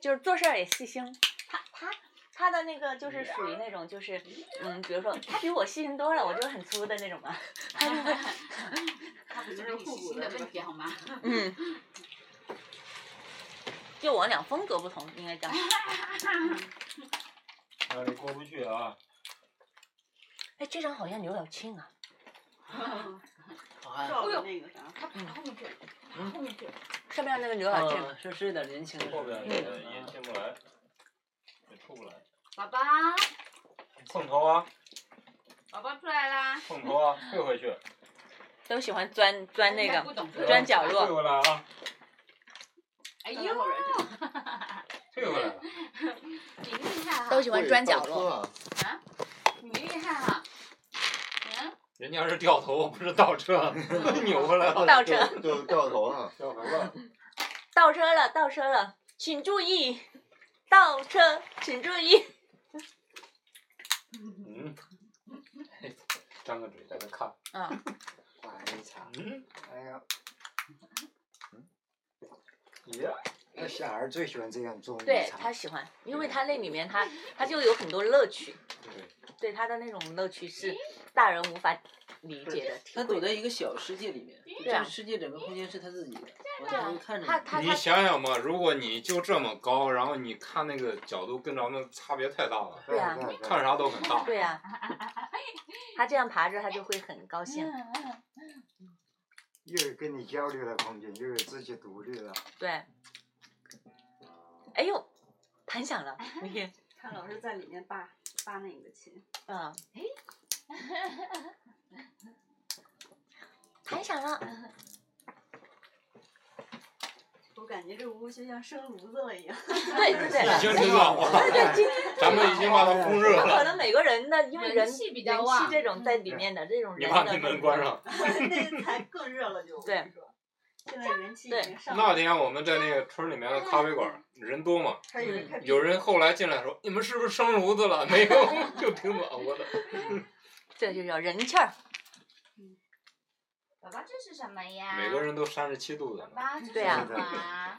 A: 就是做事儿也细心。他他他的那个就是属于那种就是，嗯，比如说他比我细心多了，我就是很粗的那种 嘛。
H: 他不就是你细心的问题好吗？
A: 嗯，就我俩风格不同，应该讲。
B: 那里过不去啊！
A: 哎，这张好像有点轻啊。
D: 好啊
A: 哎
D: 看。
G: 照着那个啥，
H: 他跑后面去了，跑后面去了。
A: 上面那个有点轻。
D: 嗯，是是有点年轻的时候。嗯
B: 后
A: 嗯
B: 边也也进不来，也出不来。
H: 爸爸，
B: 碰头啊，
H: 爸爸出来啦！
B: 碰头啊，退回去，
A: 都喜欢钻钻那
H: 人家
A: 个
H: 不懂
A: 钻角
B: 退
A: 落。
B: 回来啊，
H: 哎
G: 哎呦，
H: 呦，
B: 退回来。
H: 你厉害哈
A: 都！喜欢钻角落，
C: 落。
H: 你厉害哈！嗯，
B: 人家是掉头，不是倒车， 扭回来了。
A: 倒车，
C: 就掉头了。
B: 掉头啊了，
A: 倒车了，倒车了，请注意，倒车，请注意。
B: 嗯，张个嘴在那看，
A: 嗯，
F: 哎操！
B: 嗯，
F: 哎呀，
B: 耶，
F: 那小孩最喜欢这样捉迷
A: 对
F: 藏
A: 他。喜欢，因为他那里面他他就有很多乐趣，
B: 对，
A: 对他的那种乐趣是大人无法理解的。
D: 他躲在一个小世界里面，这
A: 对啊
D: 个世界整个空间是他自己的，我在那看着
A: 啊他他
D: 你。
B: 你
A: 他
B: 想想嘛，如果你就这么高，然后你看那个角度跟咱们差别太大了，
A: 对啊
F: 对
B: 看啥都很大。
A: 对 呀、他这样爬着他就会很高兴。
H: 嗯
F: 又有跟你交流的空间，又有自己独立了。
A: 对，哎呦，弹响了，你
G: 他老是在里面扒扒那个琴，
A: 嗯，弹响了，
G: 我感觉这屋就像生炉子了一样。
A: 对对对
B: 已经挺暖和了，
A: 对对，今天
B: 咱们已经把它烘热
A: 他可
B: 了。
A: 能每个人的因为人
H: 人气比
A: 人
H: 较
A: 气
H: 旺，
A: 这种在里面的这种
B: 你
A: 人
B: 把
A: 的
B: 那门
A: 那
B: 关
A: 种，
B: 上。
G: 那才更热了就。我跟你说，现在人气已经上来
B: 那
G: 了。
B: 天我们在那个村里面的咖啡馆，人多嘛，
G: 还有人开
B: 嗯有人后来进来说：“你们是不是生炉子了？”没有， 就挺暖和的。
A: 这就叫人气儿。
H: 爸爸这是什么呀？
B: 每个人都三十七度的
H: 爸，爸这是
A: 对啊
H: 什么？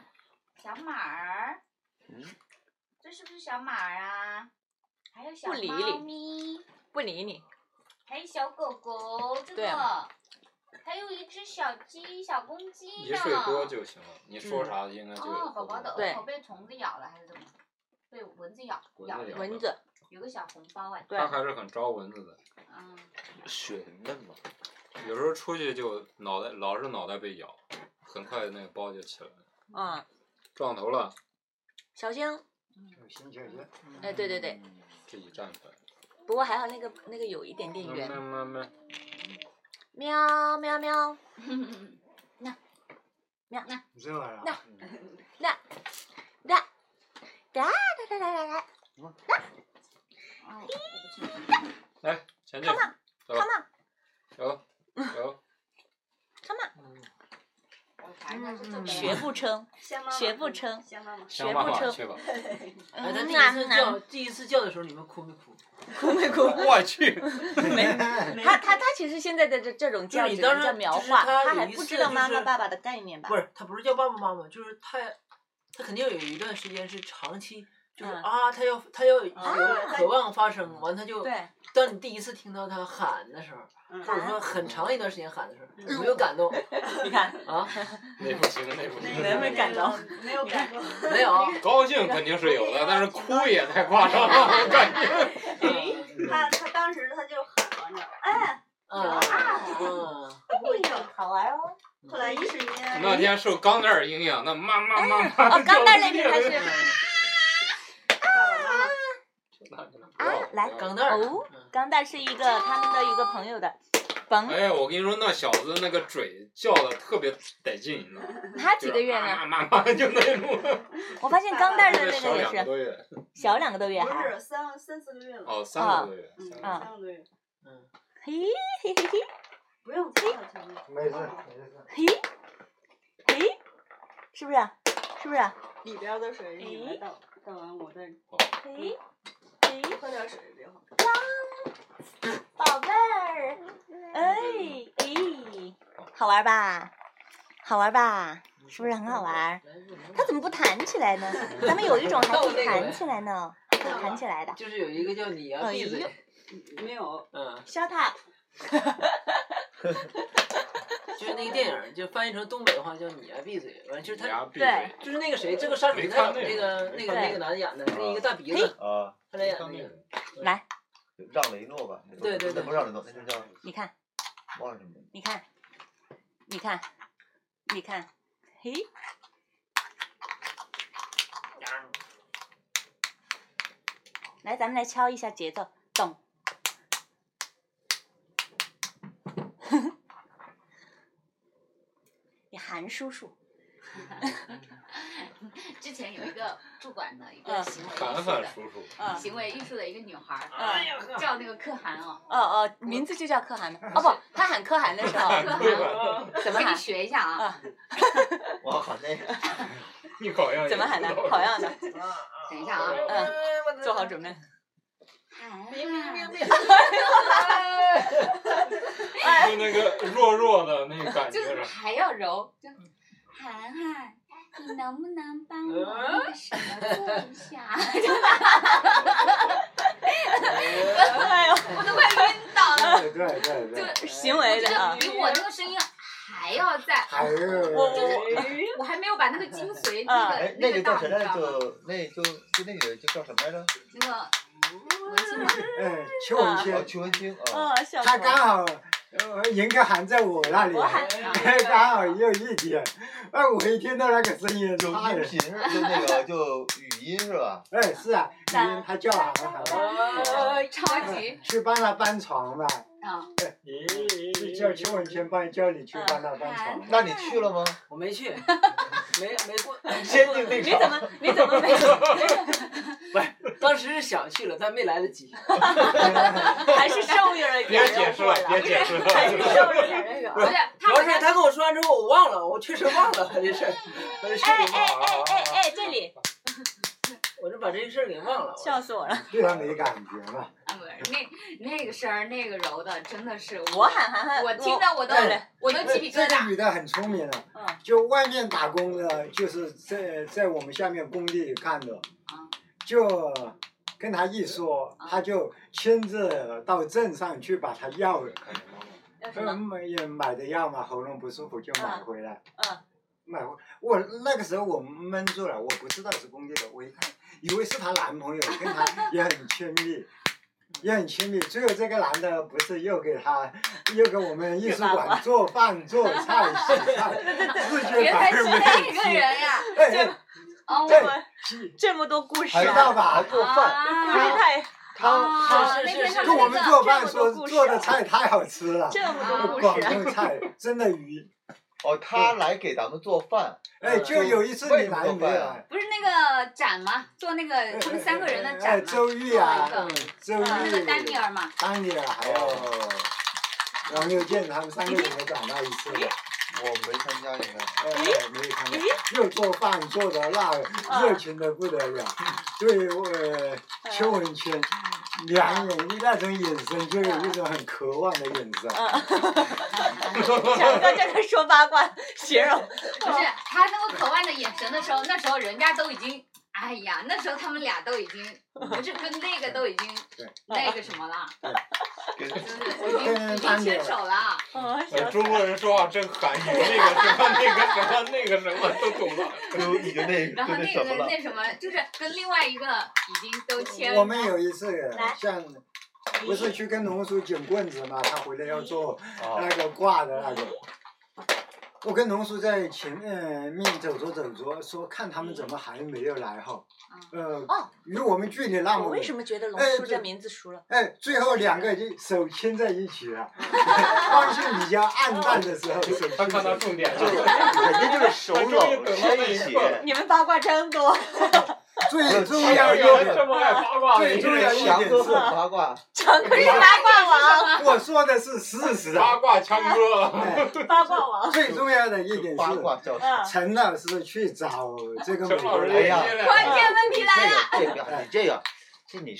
H: 小马儿。
C: 嗯
H: 这是不是小马儿啊？还有小
A: 不理
H: 猫
A: 你
H: 咪，
A: 不理你，
H: 还有小狗狗，这
A: 对啊
H: 个。还有一只小鸡，小公鸡呢。
B: 一岁多就行了。你
A: 嗯
B: 说啥应该就有
A: 啊
H: 哦，宝
B: 后
H: 宝的
B: 果。
A: 对
H: 额头被虫子咬了还是怎么？被蚊子咬，
B: 蚊子
H: 咬
B: 咬
H: 了
A: 蚊子，
H: 有个小红包哎。
A: 对
B: 他还是很招蚊子的，
H: 嗯，
C: 雪很嫩嘛，
B: 有时候出去就脑袋老是脑袋被咬，很快那个包就起来了，
A: 嗯，
B: 撞头了，
A: 小心，
F: 有 心小心。
A: 哎，对对对，
B: 自己嗯站起来。
A: 不过还好那个那个有一点点
B: 慢
D: 嗯
A: 远，
B: 慢慢慢，
A: 喵 喵喵，
F: 热了。
A: 那哒哒哒哒哒哒
H: 哦，我不清楚。
B: 来前进，
A: ，come on，come on。
B: 有有，
H: 我反正是这
D: 嗯
H: 个。
A: 嗯学不 称，
G: 香妈妈，
A: 学不成
G: 香妈妈，
B: 想
A: 学
B: 办
A: 不
B: 法
A: 成。
B: 去吧。
D: 哎，他第
A: 嗯啊
D: 一次
A: 嗯啊
D: 叫，第一次叫的时候，你们哭没哭？
B: 我去，
A: 他他他其实现在的这这种教
D: 就是
A: 育
D: 你当时
A: 叫描
D: 就是
A: 画，
D: 他
A: 他
D: 有
A: 还
D: 一
A: 不知
D: 次
A: 道
D: 就
A: 妈妈
D: 是
A: 爸爸的概念吧
D: 不？是，他不是叫爸爸妈妈，就是他，他肯定有一段时间是长期，就是
A: 嗯
D: 啊，他要他要有
A: 啊
D: 渴望发生，完他就，
A: 对，
D: 当你第一次听到他喊的时候，
G: 嗯
D: 或者
A: 啊
D: 说很长一段时间喊的时候，
A: 嗯
D: 有没有感动
A: 你看，
D: 啊？
B: 那不行，那不
G: 那
B: 行。
G: 个
A: 人没感动，
G: 没有感动，
D: 没有，
A: 嗯
B: 高兴肯定是有的，但是哭也太夸张了，感觉。
G: 他他当时他就喊了，你知道吗？哎，
A: 嗯
D: 啊嗯
G: 他不会叫，
A: 好玩哦。
G: 后来一时间，
B: 那天受钢蛋儿影响，那妈妈妈妈。
A: 哦，刚才那边他是
G: 爸爸妈妈
A: 啊，来
D: 嗯，钢蛋儿
A: 哦
D: 嗯
A: 钢蛋是一个他们的一个朋友的，甭
B: 哎，我跟你说，那小子那个嘴叫的特别得劲，你知道吗？
A: 他几个
D: 啊
A: 月呢？
B: 妈妈妈妈就那种，
A: 我发现钢蛋儿的那
B: 小
A: 个也
B: 两个
A: 是
B: 多月，
A: 小两个多月
G: 啊不
A: 还，
G: 是三三四个月了，
B: 哦，三个多月，
G: 嗯，
B: 三
G: 三个多月，
D: 嗯
A: 嘿嘿嘿嘿
G: 不用催了，兄弟，
F: 没事没事。
A: 嘿嘿，是不是？是啊不是？
G: 里边的水你来倒，倒完我再
A: 嘿嘿，
G: 喝点水就好。
A: 宝贝儿，哎哎，好玩吧？好玩吧？ 是不是很好玩？它怎么不弹起来呢？咱们有一种还可以弹起来呢，可以弹起来的。
D: 就是有一个叫你啊，
A: 哎
D: 闭
A: 呦
D: 嘴，
G: 没有，
D: 嗯，
A: Shut up！
D: 就是那个电影儿，就翻译成东北话叫你啊，闭嘴，完就是
B: 你
D: 他，
B: 丫闭
A: 对
B: 嘴！
D: 就是那个谁，这个杀手
B: 没
D: 太
B: 看
D: 冷那
B: 那
D: 个
B: 个
D: 那
B: 没
D: 个
A: 看
D: 那个男演的，那一个大鼻
A: 嘿
D: 子，
C: 啊，
D: 他俩演的
B: 看
D: 那
B: 那
D: 个
B: 个，
A: 来，
C: 让雷诺吧，
D: 对对对
C: 不是让雷诺，那个叫
A: 你看，
C: 忘了什么名字，
A: 你看，你看，你看，嘿，嗯来，咱们来敲一下节奏，咚。 你韩叔叔，
E: 之前有一个驻馆的一个
A: 嗯
E: 行为艺
B: 凡
E: 术
B: 凡
E: 的
B: 叔叔，
A: 嗯
E: 行为艺术的一个女孩儿，
D: 啊
A: 嗯
E: 叫那个啊可汗哦，
A: 哦哦，名字就叫可汗吗？哦 不，他喊可汗的时候
B: 对吧？
A: 怎么
E: 我给 你
A: 喊？
E: 学一下啊。
A: 啊，
C: 我靠那个，
B: 你好像也
A: 怎么喊的？
B: 知道
A: 好样的，
E: 等一下啊，
A: 嗯，做好准备。嗯
H: 啊
E: 别别别别，
B: 就那个弱弱的那个感觉
E: 就是
B: 是吧，
E: 还要揉，就涵涵，哎你能不能帮我那个什么做一下？
A: 哎呦，
E: 我都快晕倒 了，
F: 对对对对，
E: 就
A: 行为的啊
E: 就，比我那个声音还要在，
F: 还有
A: 我我
E: 我还没有把那个精
A: 嗯
E: 髓那
C: 哎
E: 个，
C: 那
E: 个
C: 个
E: 到，
C: 叫
E: 你
C: 谁
E: 知道
C: 来着？
E: 吗？
C: 就那就就那个就叫什么来着？
E: 那个文心嘛，
F: 嗯，邱文
C: 哦，
F: 轩，
C: 曲文清啊，
A: 哦，小
F: 他
A: 狗
F: 刚好呃严格喊在我那里
A: 我，喊
C: 哎
F: 他刚好也有一点，哎，我一听到那个声音，
C: 有
F: 差
C: 音
F: 点，
C: 频是就那个就语音是吧？
F: 哎，是啊，因为他叫喊喊，
D: 哎
E: 超级
F: 去帮他搬床嘛，
E: 啊，
F: 是叫邱文轩帮叫你去帮他
E: 嗯
F: 搬床嘛。
C: 那你去了吗？
D: 我没去，没没过，
C: 先定那
A: 你
C: 场
A: 怎。么你怎 么没？
D: 当时是想去了，但没来得及。
A: 还是受益了一点
B: 别
A: 儿
B: 解
A: 诱
B: 释
A: 惑
B: 了，
A: 了，
B: 别解释了，
G: 哎
A: 还是受了点儿诱惑。
E: 而且
D: 主
E: 他好
D: 要是
E: 像
D: 他跟我说完之后，我忘了，我确实忘了这事儿，我这事儿
A: 哎
D: 给
A: 哎
D: 忘了，
A: 哎哎哎，这里
D: 我就把这事儿给忘了。
A: 笑死我了！
F: 对他没感觉嘛，
E: 啊不是那那个声儿那个揉的真的是
A: 我喊涵涵，
E: 我听到我都
F: 对
E: 我都鸡皮疙
F: 哎这个
E: 瘩，
F: 女的很聪明啊
A: 嗯，
F: 就外面打工的，就是在在我们下面工地里干的
E: 嗯，
F: 就跟他一说，
E: 嗯
F: 他就亲自到镇上去把他药，
A: 要什
F: 呃
A: 么？
F: 买也买的药嘛，喉咙不舒服就买回来。
A: 嗯
F: 买回我那个时候我闷住了，我不知道是工地的，我一看以为是她男朋友，跟她也很亲密，也很亲密。最后这个男的不是又给她，又给我们艺术
A: 给娃娃
F: 馆做饭做菜洗菜，自觉
E: 原来
F: 反
E: 是
F: 正
E: 那
F: 没
E: 个人
F: 有
E: 呀，
F: 哎，
E: 哦，
F: 对
A: 这么多故事
C: 还
F: 知
A: 啊，
F: 道
C: 让
F: 吧
C: 还做饭，
A: 故
E: 啊
A: 事太
C: 他
E: 啊
D: 是
E: 那
D: 是
E: 天
D: 是
E: 他
D: 是
F: 跟
E: 们
F: 我
E: 那
F: 们
E: 个
F: 做饭
A: 这么
F: 说
A: 多故事啊
F: 做的菜太好吃了，
A: 这么多故
F: 广
A: 事啊，
F: 东菜真的鱼。
C: 哦，他来给咱们做饭，
F: 哎，就有一次
C: 为
F: 你来
C: 什么做
F: 没
C: 饭
F: 有
C: 啊？
E: 不是那个展吗？做那个哎他们三个人的展
F: 哎，
E: 吗？
F: 周玉啊，
E: 做了一
F: 周玉，
E: 呃那个丹尼尔嘛，
F: 丹尼尔还有王六健他们三个人都长大一次的，
C: 我没参加应该。
F: 哎，没有看到，又做饭做的
E: 啊
F: 那热情的不得了，对我呃邱文轩
E: 嗯
F: 两眼那种眼神就有一种很渴望的眼神，
A: 强哥嗯在这说八卦形容，
E: 不是他那个渴望的眼神的时候，那时候人家都已经，哎呀，那时候他们俩都已经不是跟那个都已经
F: 对
E: 那个什么 了，
C: 给
E: 就是已经已经牵手了，
A: 嗯，
B: 呃
A: 小
B: 中国人说话真含蓄，那个什么那个什么那个什么都懂了。
C: 就已经那
E: 然后
C: 就那
E: 那
C: 什
E: 个
C: 么了，
E: 那什么，就是跟另外一个已经都牵
F: 我们有一次
A: 来
F: 像。不是去跟农叔捡棍子嘛，他回来要做那
C: 啊，
F: 个挂的那个。我跟农叔在前呃面走着走着，说看他们怎么还没有来哈。呃
A: 哦，
F: 与我们距离那
A: 我
F: 么
A: 为什
F: 远，
A: 么觉得龙
F: 哎
A: 叔
F: 对
A: 这名字熟了？
F: 哎，最后两个就手牵在一起 了。光是比较暗淡的时候，手
B: 他
F: 牵
B: 看到
F: 在
B: 重点
C: 就
B: 了，
C: 人家就是手冷牵一起，
A: 你们八卦真多，
F: 最重
C: 哎呀
F: 要一
B: 原来
F: 点，
B: 这么爱八卦的一
F: 最重
B: 个
F: 要
B: 人，
F: 一
C: 强
F: 点
C: 哥
F: 是
C: 很，八卦，
A: 强 哥是八卦王，
F: 我说的是事实啊。
B: 八卦强哥，
F: 哎，
A: 八卦王，
F: 最重要的一点
C: 八
F: 是，
C: 卦 教室。
A: 嗯，
F: 陈老师去找这个美
B: 陈
F: 国
B: 老师
F: 人啊
C: 哎呀
B: 也进来了
E: 关键问
C: 哎你
E: 题
C: 这
E: 来了，
C: 个这个你这个，这你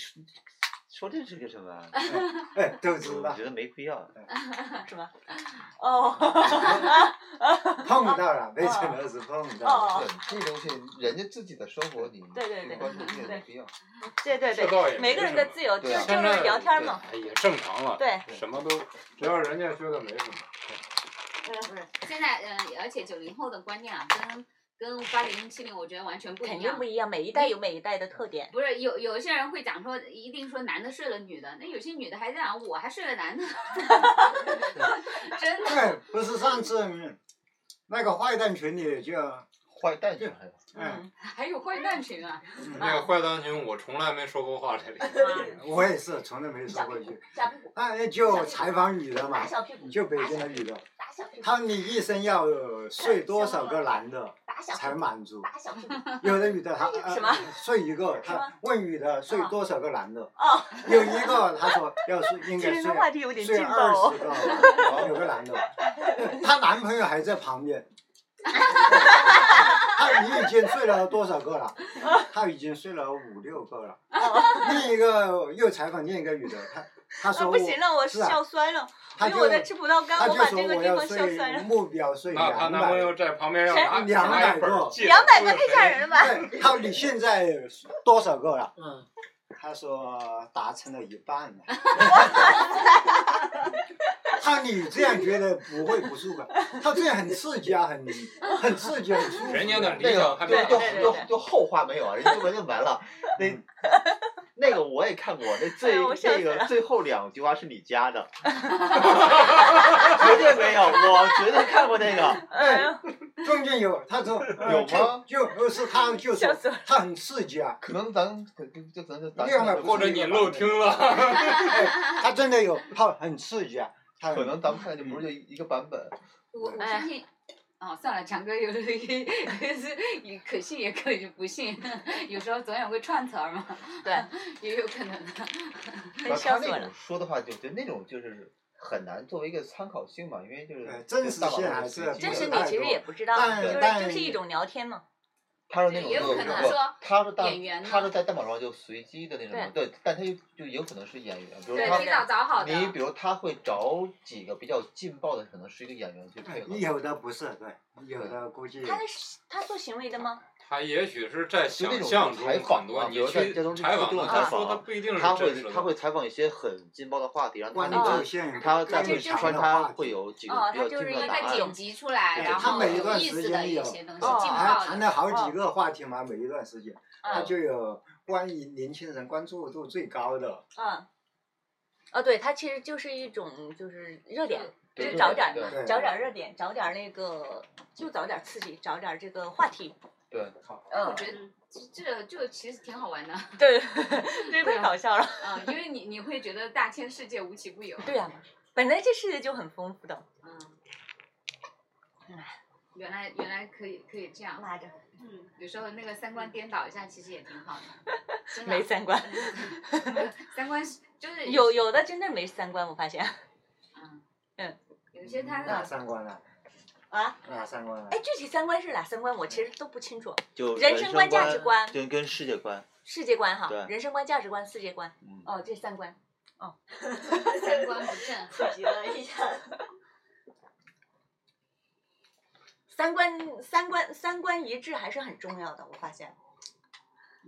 C: 说这是个什么？
I: 啊
F: 哎，都知
C: 我
F: 道
C: 觉，得没必要。
A: 是吗？哦，
F: 碰到了，没准儿是碰到
A: 哦
F: 了。
I: 这东西人家自己的生活你
A: 对对对
I: 你关注这也
A: 对
I: 没必要。
A: 对对
B: 这倒
A: 对，
B: 也
A: 每
B: 没
A: 个人
B: 什
A: 的
B: 么
A: 自由就
I: 对啊
A: 就
B: 现
A: 是
B: 在
A: 聊天嘛。
B: 哎也正常了，
A: 对，
B: 什么都只要人家觉得没什么。
E: 不是，现在嗯、呃而且九零后的观念啊，跟跟八零七零，我觉得完全不
A: 肯
E: 一
A: 定
E: 样
A: 不。一样，每一代有每一代的特点。
E: 不是有有一些人会讲说，一定说男的睡了女的，那有些女的还在讲我还睡了 男的，真的。
F: 对，不是上次嗯那个坏蛋群里就，哎
I: 坏蛋去还有
F: 嗯，
E: 还有坏蛋群啊，
B: 那个坏蛋群，我从来没说过话 这里。
A: 啊
F: 我也是从来没说过一句。
A: 小屁股，
F: 那就采访女的嘛
A: 打，小屁股，
F: 就北京的女的，
A: 打小屁股，
F: 她你一生要睡多少个男的
A: 打小屁
F: 才
A: 股，
F: 满足？
A: 打小屁股。
F: 有的女 的她、
A: 什么
F: 呃、睡一个，
A: 什么
F: 她问女的睡
A: 哦
F: 多少个男的，
A: 哦，
F: 有一个她说要睡应
A: 今
F: 该
A: 天
F: 睡
A: 的话题有点
F: 睡
A: 劲
F: 二
A: 爆哦。
F: 十个， 然后有个男的，她男朋友还在旁边。 他你已经睡了多少个了？他已经睡了五六个了。 另一个又采访另一个女的，她她
A: 哦啊，
F: 说
A: 不行了，我
F: 是啊
A: 笑衰了，
F: 她
A: 因
F: 就
A: 为我在吃葡萄
F: 她
A: 干，
F: 就
A: 把
F: 说
A: 这个
F: 我
A: 地
F: 要
A: 方笑衰
F: 睡
A: 了。
F: 目标睡
B: 那她啊
F: 两
B: 男朋
F: 百
B: 友。在旁边要拿
F: 谁两
B: 拿
F: 百
B: 一本
F: 个
B: 儿记着，
A: 两百个
B: 这
A: 太
B: 谁
A: 吓人了吧？
F: 对，他说你现在多少个了？
D: 嗯，
F: 他说达成了一半 了。他说你这样觉得不会不舒服，他这样很刺激啊，很很刺激，很舒服。啊
B: 人家的理
I: 那
B: 想还
I: 个
B: 没
I: 就
A: 对对
I: 就就就后话没有啊，人家文就完 了。那那个我也看过，那最
A: 哎呦我笑死
I: 那个
A: 了
I: 最后两句话是你加 的，绝对没有，我绝对看过那个。
A: 哎呦，
F: 中间有，他说呃
I: 有吗
F: 就就是他就
A: 笑
F: 说
A: 死我了！
F: 他很刺激啊，
I: 可能咱可就就咱就咱
F: 另外
B: 或者你漏听了，
A: 啊
F: 他真的有，他很刺激啊，他很
I: 可能咱们看的就不是就一个版本。
E: 我我
A: 哎
E: 相信。哦，算了，强哥有的是也可信也可以不信，有时候总也会串词儿嘛。
A: 对，
E: 也有可能的。
I: 然后他
A: 笑死
I: 那
A: 我
I: 种
A: 了！
I: 说的话，就就那种就是很难作为一个参考性嘛，因为就是
F: 呃真实
I: 大脑
F: 性
I: 都
F: 还
I: 随
F: 是
I: 机
A: 真
F: 真
I: 的
A: 实
F: 实
A: 你
F: 太
A: 其实
F: 多
A: 也不知道，
F: 但
A: 就是
F: 但
A: 就是一种聊天嘛。
I: 他说那种
E: 也有
I: 就
E: 可能
I: 不
E: 说
I: 他说大
E: 演员呢
I: 他说在大脑上就随机的那什么，对，但他就就有可能是演员，比如
E: 对，
I: 他
E: 提早找好的。
I: 你比如他会找几个比较劲爆的，可能是一个演员去配
B: 哎
I: 合。
F: 有的不是对，有的估计
A: 他是他做行为的吗？
B: 他也许是在
I: 就
B: 想
I: 那种
B: 象中
I: 采访
B: 很多，
I: 啊
B: 你
I: 比如在
B: 去
I: 这东西
B: 采访
I: 这种
B: 他
I: 采访
B: 说
I: 啊
B: 他不一定是
I: 他
B: 真实
I: 会
B: 的。
I: 他会采访一些很劲爆的话题，然后他
F: 管理
I: 那
F: 路
I: 个
F: 线，
I: 他
F: 在
I: 在会穿插会有几个
A: 哦
I: 比
A: 他
I: 较
A: 就是一
I: 劲爆
A: 个
E: 他
I: 的答
A: 在
I: 案
E: 剪。辑出来，
I: 对
E: 然
I: 他
E: 后
I: 每一
E: 有
F: 段
E: 意
F: 时
E: 思
F: 间
E: 的一
F: 有
E: 些东西，
A: 哦
E: 劲
F: 还
E: 爆
F: 谈
E: 的。
F: 了好几
E: 嗯
F: 个话题嘛，每一段时间，他
A: 嗯
F: 就有关于年轻人关注度最高的，
A: 嗯。哦，对，它其实就是一种就是热点，就
I: 对
A: 是找点
I: 对
F: 对
A: 找点热点，找点那个就找点刺激，找点这个话题。
I: 对，
E: 我
A: 嗯，
E: 觉得这这就其实挺好玩的，
A: 对，这个太搞笑了。
E: 嗯，因为你你会觉得大千世界无奇不有，
A: 对呀、本来这世界就很丰富的。
E: 嗯，原来原来可以可以这样，
A: 妈着，
G: 嗯，
E: 有时候那个三观颠倒一下，其实也挺好的，真
A: 没
E: 的，嗯
A: 三观，
E: 三观是就是
A: 有有的真的没三观，我发现。
E: 有些他
F: 哪
E: 的
F: 嗯三观了？
A: 啊，
F: 哪三观了
A: 哎，？具体三观是哪三观？我其实都不清楚。
I: 就
A: 人生
I: 生
A: 观价值观
I: 跟跟世界观，
A: 世界观哈
I: 对，
A: 人生观、价值观、世界观，
I: 嗯，
A: 哦，这三观。
E: 三观不 正，
G: 普及了一下，
A: 三观、三观、三观一致还是很重要的，我发现。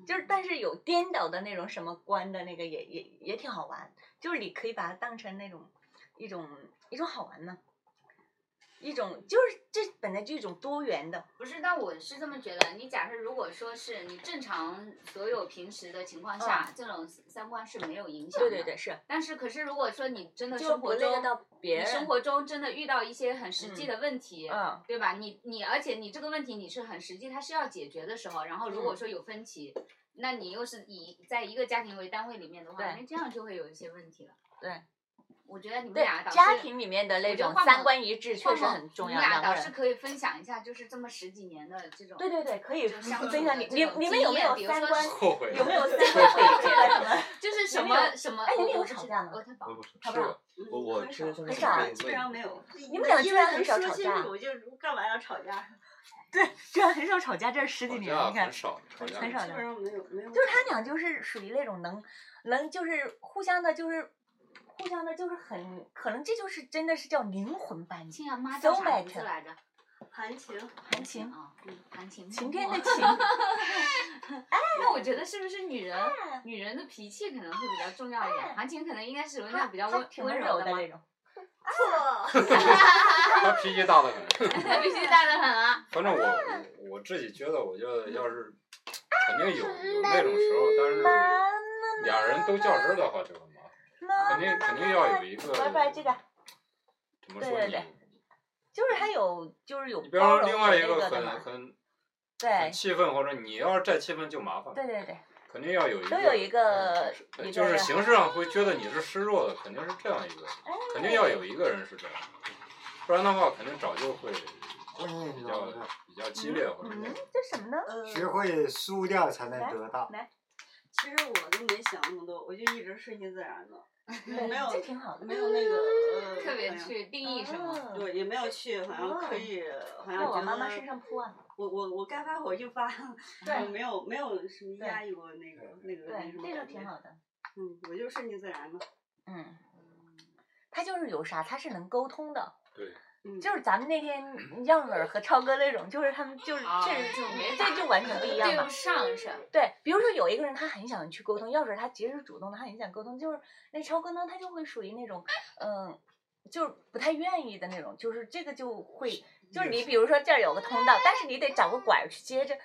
A: 就是，但是有颠倒的那种什么观的那个也也也挺好玩，就是你可以把它当成那种一种一种好玩呢，一种就是这本来就一种多元的，
E: 不是，但我是这么觉得。你假设如果说是你正常所有平时的情况下，这种三观是没有影响
A: 嗯对
E: 的。
A: 对。对，是，
E: 但是可是如果说你真的
A: 就
E: 生
A: 不
E: 活
A: 那个
E: 中，
A: 到别
E: 你
A: 人，
E: 生活中真的遇到一些很实际的问题，
A: 嗯，
E: 对吧？你你而且你这个问题你是很实际，它是要解决的时候，然后如
A: 嗯
E: 果说有分歧。那你又是以在一个家庭为单位里面的话，
A: 对
E: 那这样就会有一些问题了。
A: 对，
E: 我觉得你们
A: 对
E: 俩倒是
A: 家庭里面的那
E: 我觉得
A: 种
E: 换
A: 三
E: 某
A: 观一致确
E: 换
A: 实
E: 某
A: 很重
E: 你
A: 要，
E: 们俩
A: 两个
E: 倒是
A: 人。
E: 可以分享一下，就是这么十几年的这种
A: 对对对，可以
E: 就相处
A: 分享
E: 的
A: 你
E: 这
A: 你
E: 种
A: 你们
E: 经
A: 有没
E: 验
A: 有
E: 比如
A: 三
E: 说
A: 观
E: 是
B: 后悔
A: 有
B: 了，
A: 没有三观不一致的什么？
E: 就是什
A: 你们
E: 么
A: 有
E: 什么，
A: 哎你
E: 我
A: 们有
E: 不知
A: 吵
E: 道
A: 架吗嗯
E: 我太不
C: 我
E: 知
C: 是
E: 道了
C: 吧？我我
G: 很
C: 之
G: 少
C: 前上
A: 很
C: 次
A: 少
C: 被问过
G: 基本上没有。
A: 你们俩居然很少
G: 说
A: 吵
G: 清
A: 架
G: 楚就是干嘛要吵架？
A: 对，居然很少吵架，这是十几
B: 吵
A: 年，
B: 架
A: 你看
B: 很，少，吵架
A: 很少
G: 基本上没有没有。
A: 就是他俩就是属于那种能能就是互相的，就是互相的，就是很可能这就是真的是叫灵魂伴侣，
E: 亲啊妈叫
A: So
E: 啥名
A: bad
E: 字来着？
G: 含情，
A: 含情
E: 啊，嗯，含情
A: 晴
E: 脉
A: 天的
E: 脉。
A: 晴。
E: 那我觉得是不是女人，女人的脾气可能会比较重要一点，含情可能应该是属于那
A: 他
E: 种比较
A: 他
E: 温
A: 挺
E: 嗯温
A: 温
E: 柔
A: 柔的
E: 嘛
A: 那，种。
B: 他脾气大的很。
E: 那 脾气大的很啊。
B: 反正我我我自己觉得，我就要是肯定有有那种时候，但是俩人都较真儿的话就很麻烦，肯定肯定要有一个
A: 拜拜，这个
B: 怎么
A: 对
B: 说
A: 对
B: 你
A: 对就是他有就是有
B: 你比
A: 包
B: 方
A: 容
B: 说另外一个
A: 有那的
B: 很
A: 嘛，
B: 很
A: 对
B: 很气愤，或者你要是再气愤就麻烦了，
A: 对对对，
B: 肯定要有一
A: 都有一个
B: 嗯
A: 一
B: 就
A: 个
B: 是形式上会觉得你是示弱的，肯定是这样一个，
A: 哎
B: 肯定要有一个人是这样，不然的话肯定早就会
F: 婚姻
B: 比
F: 中
B: 较
F: 的
B: 比较激烈或者
A: 嗯，这什么呢？
G: 呃，
F: 嗯学会输掉才能
A: 来
F: 得到。
G: 其实我都没想那么多，我就一直顺其自 然的， 没有
A: 这挺好的。
G: 没有那个呃，
E: 特别
G: 好像
E: 去定义什么，
A: 嗯
G: 对，也没有去，好像刻意，好像
A: 在哦我
G: 觉
A: 妈妈
G: 得
A: 身上扑啊，
G: 我我我该发火就 发，
A: 对
G: 没有没有什么
A: 对
G: 压抑过那个那个那
A: 对，
G: 什么
A: 这
G: 感
A: 个
G: 觉
A: 挺好的。
G: 嗯，我就顺其自然嘛。
A: 嗯，他就是有啥他是能沟通的，
B: 对，
G: 嗯，
A: 就是咱们那天样儿和超哥那种，就是他们就是
E: 啊
A: 这人
E: 就没法
A: 这就完全不一样
E: 对
A: 嘛
E: 不。上是吧。
A: 对，比如说有一个人他很想去沟通，要是他其实是主动的，他很想沟通，就是那超哥呢，他就会属于那种嗯，就是不太愿意的那种，就是这个就会就是你比如说这儿有个通道，但是你得找个拐儿去接着。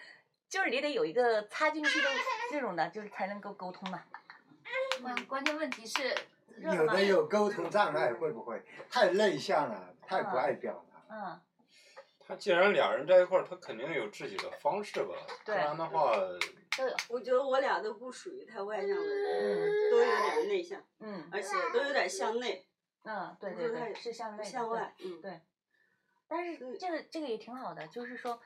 A: 就是你得有一个插进去的那种的，就是才能够沟通嘛。
E: 关关键问题是，
F: 有的有沟通障
E: 嗯
F: 碍，会不会太内向了，太不爱表达？
A: 嗯，
B: 他既然俩人在一块儿，他肯定有自己的方式吧，不
A: 对
B: 然的话，
A: 都有。
G: 我觉得我俩都不属于太外向的人，
A: 嗯
G: 都有点内向，
A: 嗯
G: 而且都有点向内
A: 嗯，对
G: 不
A: 对
G: 是
A: 对，
G: 太
A: 是向内
G: 不
A: 的
G: 向
A: 对
G: 外。嗯，
A: 但是
G: 对
A: 这个这个也挺好的，就是说，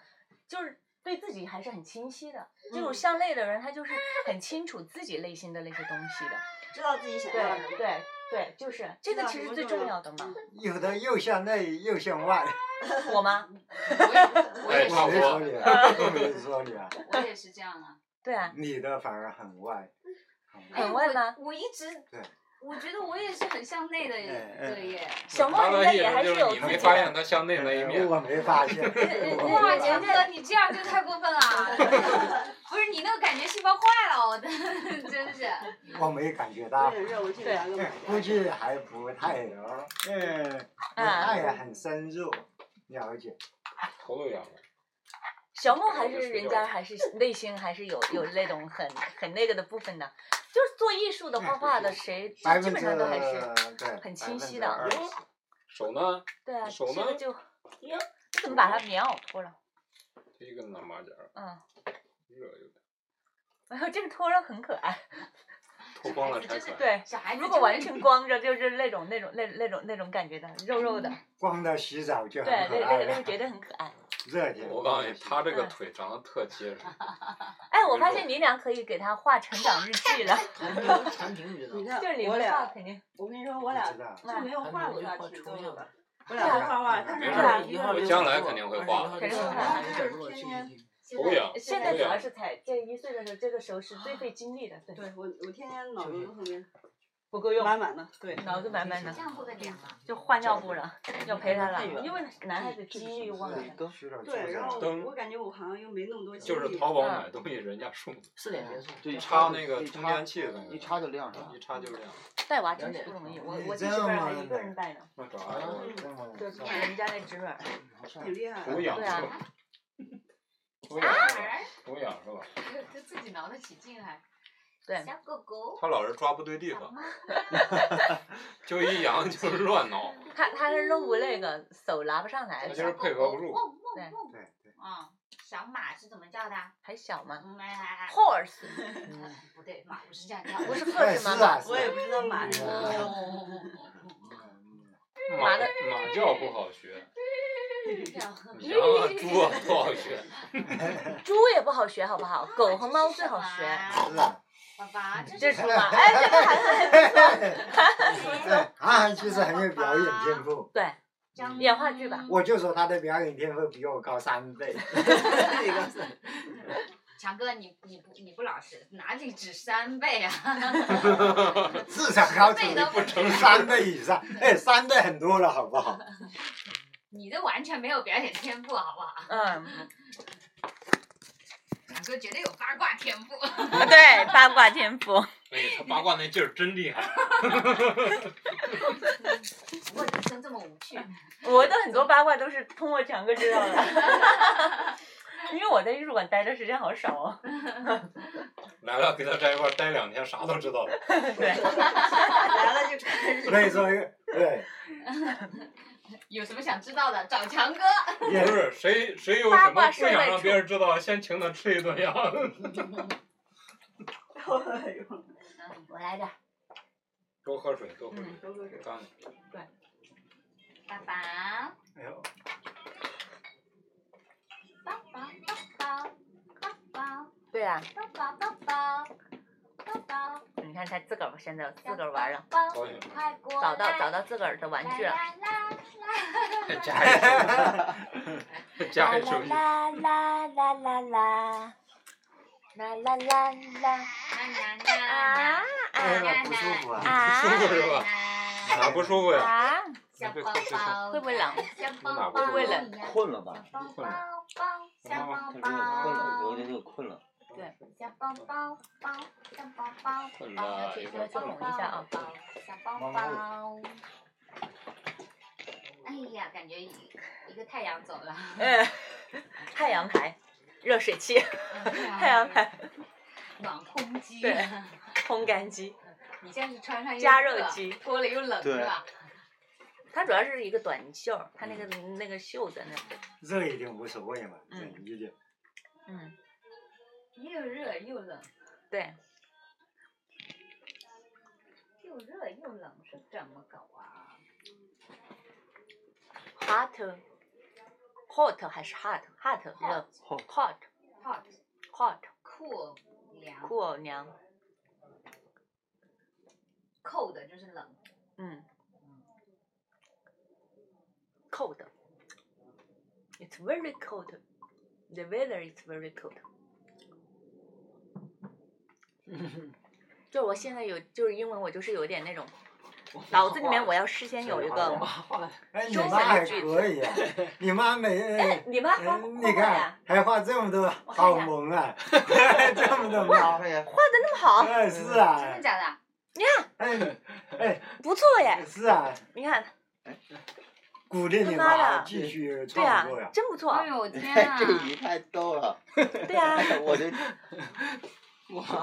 A: 就是对自己还是很清晰的。这种
G: 嗯
A: 向内的人，他就是很清楚自己内心的那些东西的。
G: 知道自己想要什
A: 对
G: 么。
A: 对对，就是这
G: 知
A: 个
G: 道
A: 其
G: 什
A: 实
G: 么
A: 最
G: 重
A: 重
G: 要
A: 要的 嘛。
F: 有的又向内又向外，
A: 我吗？
E: 我也我
B: 哎
E: 也
F: 谁
E: 是
B: 差不
F: 说
B: 多
F: 你啊？谁说你啊？
E: 我也是这样 啊。
A: 对啊，
F: 你的反而很外，
E: 哎
A: 很外吗？
E: 我我一直
F: 对，
E: 我觉得我也是很向内的人，
F: 哎哎
E: 对耶。
A: 小莫
B: 他
A: 人家
B: 的意
A: 也还
B: 思
A: 是
B: 就是
A: 有
B: 你
A: 自
B: 没
A: 己
B: 发
A: 的。
B: 现他向内那一面，
F: 哎我没发现。哎我
E: 哎哇，
F: 没发
E: 强
F: 现
E: 哥，你这样就太过分了！ 不是你那个感觉细胞坏了，我的 真 是。
F: 我没感觉
G: 有
F: 到，
G: 点热，我去拿个
F: 哎
G: 买
F: 估计还不太了，嗯，那也很深入了解。
B: 头都痒了。
A: 小莫还是
B: 就睡
A: 人
B: 觉
A: 家
B: 了
A: 还是内心还是有有那种很很那个的部分的，就是做艺术的、
F: 哎
A: 画
F: 对
A: 画的，
F: 对
A: 谁基
F: 百分
A: 本
F: 之
A: 上都还是
F: 对
A: 很清晰的
F: 20%
B: 手呢？
A: 对啊，这
B: 手
A: 个
B: 呢
A: 就，哟，怎么把它棉袄脱了？
B: 一个拿马甲儿，
A: 嗯，
B: 热有点
A: 然后这个脱了很可爱。
B: 脱光了才可爱。
A: 对，
E: 小孩子
A: 如果完
E: 就是
A: 全光着，就是那种那种那那种那种感觉的，肉肉的，
F: 光着洗澡就
A: 对，嗯那
F: 很可
A: 那
F: 爱
A: 个嗯那个
F: 了。
A: 绝对很可爱。
F: 热天，
B: 我告诉你，他这个
A: 嗯
B: 腿长得特结实，
A: 哎，我发现你俩可以给他画成长日记 了，
I: 产品知道
G: 你
I: 吗？
G: 看
A: 就是你
G: 我
A: 们画
G: 俩，
A: 肯定。
G: 我跟你说，我俩
F: 不知道
G: 就没有画过大
D: 那你就
G: 挺多
D: 画
G: 的。我俩都画画，但是
B: 没
G: 我
B: 事
G: 俩
B: 儿
G: 一个
B: 我
G: 人
B: 将来肯定会画
A: 肯定会画
G: 画就是天天
B: 头痒。
A: 现在
B: 在
A: 主
B: 主
A: 要
B: 要
A: 是才这一岁的时候，这个时候是最费精力的，对，
G: 对我，我天天脑子后面
A: 不够用，
G: 满满的，对，
A: 脑子满满的
E: 这，样会不会凉啊？
A: 就换尿布了， 要陪他了
D: 太远，了
A: 因为男孩子记忆忘了。
F: 都洗澡
G: 对，然后
B: 灯
G: 我感觉我好像又没那么多精
B: 就
G: 力。
B: 是淘宝买东西，人家送的，
D: 四点结束，
I: 对，
B: 插那个
I: 一
B: 充
I: 插
B: 电器的那个
I: 一插就
A: 嗯
I: 亮上
B: 一。插就亮。
A: 带娃真是不容易，我我记
F: 这
A: 事本
F: 么
A: 还一个人带呢，
B: 那找
F: 啊
B: 啥？
F: 这么
A: 就是我们家那侄女儿，
G: 挺
F: 哎
G: 厉害
B: 头
G: 的。
B: 痒
A: 对
B: 是
A: 啊
B: 吧？头痒是吧？头痒是吧？
E: 就自己挠得起劲还。
A: 对
E: 小狗狗。
B: 他老是抓不对地
E: 好
B: 方，
E: 吗
B: 就一痒就乱挠。
A: 她她是弄不那个手拿不上来
B: 那，就是配合不住
E: 汪汪汪
F: 对对，
E: 嗯，小马是怎么叫的？
A: 还小嘛
E: 嗯，哎哎哎
A: ，horse
E: 不对，马不是这样叫，
A: 不是
F: 对
A: horse
F: 是
A: 吗？
F: 啊，是
E: 嗯
G: 我也
F: 啊
G: 不知道马是什么。
E: 哦
B: 马马叫不好学，
A: 嗯
B: 羊啊猪啊不好学，
A: 猪也不好学，好不好？狗和猫最好学。
F: 啊
E: 爸爸，这
A: 这
E: 是
A: 是
E: 什
A: 猪
E: 么
A: 吧？哎，这个孩子还不错。嗯
F: 哎，韩寒其实很有表演天赋，
A: 对，
E: 张
A: 演话剧吧。
F: 我就说他的表演天赋比我高 三倍。
E: 强哥，你你不你不老实，哪里只三倍啊？
F: 至少高出
E: 十倍都不止
F: 三倍以上，哎，三倍很多了，好不好？
E: 你这完全没有表演天赋，好不好？
A: 嗯，
E: 强哥绝对有八卦天赋。
A: 对，八卦天赋。
B: 哎，他八卦那劲儿真厉害。
E: 不过人生这么无趣，
A: 我的很多八卦都是通过强哥知道的，因为我在艺术馆待的时间好少 哦。
B: 来了，跟他在一块儿待两天，啥都知道了。
A: 对，
G: 来了就开始
F: 所以说，对，
E: 有什么想知道的找强哥。
B: 不
F: 也
B: 是谁谁有
A: 八
B: 什
A: 卦
B: 么不
A: 是为
B: 想让别人知道，先请他吃一顿呀。
G: 到了，哎呦
E: 嗯，我来着。
B: 多喝水，多喝水。
G: 都
A: 嗯
G: 是
B: 干了
E: 爸爸，
F: 哎呦
E: 爸爸，爸爸，爸爸，
A: 对啊，
E: 爸爸，爸爸，爸爸，
A: 你看他自个儿现在自个儿玩了，
E: 爸爸
B: 高兴
E: 快过
A: 找
E: 来！
A: 到找到自个儿的玩具了。
E: 啦啦啦
B: 加一 休息，加一休息。
A: 啦啦啦啦啦啦啦啦啦啦
E: 啦啦啦啦
F: 哎呀，不舒服
A: 嗯
F: 啊！
B: 舒服是吧？
E: 啦！
B: 哪不舒服呀？
A: 啊！
E: 小宝宝，
A: 会不会冷？
E: 小
B: 哪
E: 宝
B: 不
E: 宝，
B: 舒服
A: 会冷
I: 困了吧？
E: 小宝宝，小宝
I: 他有点困了，有
E: 宝，
I: 点有点困了。
E: 小宝宝，宝，小宝宝，
B: 困
E: 宝，
B: 了，一会
A: 儿再呃拢一下啊
E: 宝，小宝宝。哎呀，感觉一一个太阳走 了。
A: 嗯，太阳牌，热水器，太
E: 太
A: 阳牌，
E: 暖烘机。
A: 对烘干机，
E: 你现在是 穿上又
A: 加热
E: 热
A: 机
E: 脱了又冷
I: 对
E: 是吧？
A: 它主要是一个短袖儿，它那个那个袖子那个，
F: 热一点无所谓嘛，
A: 嗯
F: 忍一点。
A: 嗯，
E: 又热又冷，
A: 对，
E: 又热又冷是怎么搞啊？
A: hot hot 还是 hot hot 热 hot
E: hot
A: hot
E: 酷凉
A: 酷娘，
E: cold 就是冷
A: 嗯，cold it's very cold the weather is very cold 就是我现在有，就是英文我就是有点那种，脑子里面我要事先有一个，
F: 哎，你
A: 中
F: 妈
A: 文
F: 还
A: 句子
F: 可以啊， 你妈每
A: 哎，你妈画画
F: 哎你
A: 画
F: 看
A: 呀，
F: 还画这么多，
A: 我看一
F: 好
A: 下
F: 萌啊！ 这么多猫，
I: 看哎呀，
A: 画的那么好，
F: 哎是
E: 真
F: 啊
E: 的，假的？
F: 哎哎
A: 不错耶！
F: 是啊，
A: 你看，
F: 鼓励你妈继续
A: 对啊呀
F: 创作呀，。
A: 真不错
E: 哎，呦天啊！
I: 这 鱼太逗了，
A: 对啊 呀，
I: 我这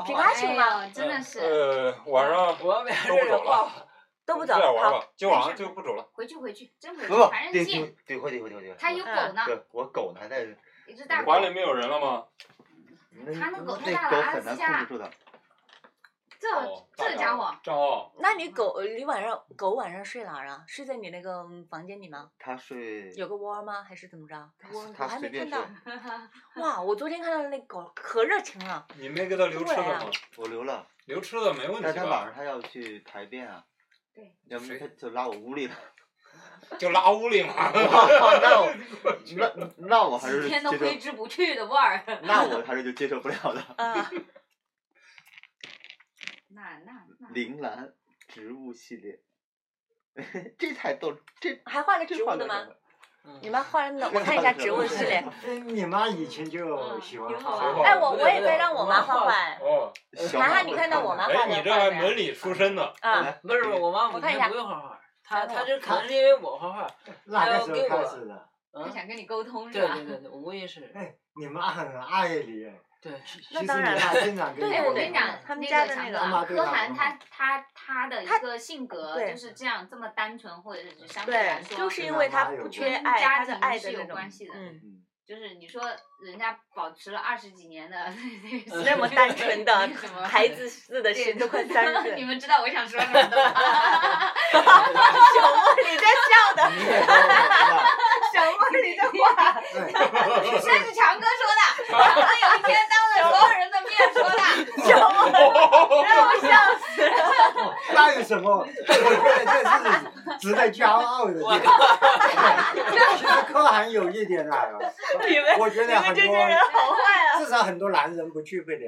A: 皮卡丘嘛
E: 哎呦真的是，
I: 嗯
B: 呃，晚上
D: 我要没
B: 都不走了，
A: 都不
B: 这
A: 走，
B: 样玩
A: 好，
B: 吧，今晚上就不走了。
E: 回去回去，真回
I: 不不
E: 去，反，正
I: 对对
E: 见
I: 对，会对会对会。
E: 他
A: 嗯
E: 有狗呢，
I: 对，我狗呢还在，
E: 一只大狗
B: 馆，里没有人了吗？
I: 那
E: 他那狗太
I: 那
E: 大
I: 狗
E: 了，
I: 很
E: 按
I: 难
E: 私
I: 控制
E: 下
I: 住的。
E: 这
B: 哦
E: 这家伙，
B: 张浩，
A: 那你狗，你晚上狗晚上睡哪儿啊？睡在你那个嗯房间里吗？
I: 它睡，
A: 有个窝儿吗？还是怎么着？我我
I: 它
A: 还没
I: 随便
A: 看
I: 睡
A: 到。。哇，我昨天看到那狗可热情了。
B: 你没给他留吃
A: 啊
B: 的吗？
I: 我留了，
B: 留吃的没问
I: 但
B: 题
I: 它晚
B: 吧？
I: 上它要去排便啊。
E: 对。
I: 要不它就拉我 屋里了。
B: 就拉屋里嘛。
I: 那我那那我还是
E: 几
I: 接
E: 天都挥
I: 受，
E: 之不去的味儿。
I: 那 我还是就接受不了的。
A: 啊，
E: 那那那，
I: 铃兰植物系列，这太逗，这
A: 还画了植
I: 这
A: 物
I: 画
A: 的
I: 的
A: 吗？？你们画了哪？我看一下植物系列。
F: 哎，你妈以前就喜欢
E: 挺好
F: 画
E: 玩
F: 画
A: 哎，我我也在让我妈画画。哎
B: 哦，
I: 小
A: 涵
I: 马
A: 涵，你看到我妈画
B: 哎，
A: 的
B: 你这
A: 画
B: 还
A: 的呀
B: 门里出身呢。
A: 啊？
D: 不是不是，我妈
A: 我
D: 我
A: 看一下
D: 不用画画，她她这可能是因为我画画，
F: 那个时候开始的。
D: 嗯
E: 他，想跟你沟通是
D: 对
E: 吧？
D: 对对对，我估计是，
F: 哎，你妈很爱你，
D: 对是
F: 其实
A: 当
F: 你
A: 然
F: 妈
A: 了
F: 经常跟
A: 对
E: 哎，
A: 对
E: 我
F: 我
E: 跟你
F: 讲
E: 讲，
A: 他们
E: 那
A: 家
E: 个
A: 的
E: 强
A: 那个
E: 哥啊
F: 妈对
E: 柯
F: 吧嗯
E: 涵他他他的一
A: 他
E: 个性格
A: 对
E: 就是这样，这么单纯，或者是相对来
A: 对，
E: 说，
A: 就是因为他不缺爱，他
E: 家
A: 的
E: 庭
A: 爱的
E: 是
A: 那
E: 有
A: 种
E: 关，系的。
A: 嗯，
E: 就是你说人家保持了二十几年的
A: 那么单纯的
E: 什么
A: 孩子似的 心，都快三
E: 你
A: 岁。
E: 们知道我想说什么的吗？
A: 小莫，你在笑
F: 值得骄 傲的地方。其实柯涵有一点啊啦，
A: 你们
F: 我觉
A: 你
F: 得
A: 们
F: 很
A: 这些
F: 多，
A: 人好坏啊！
F: 至少很多男人不具备的。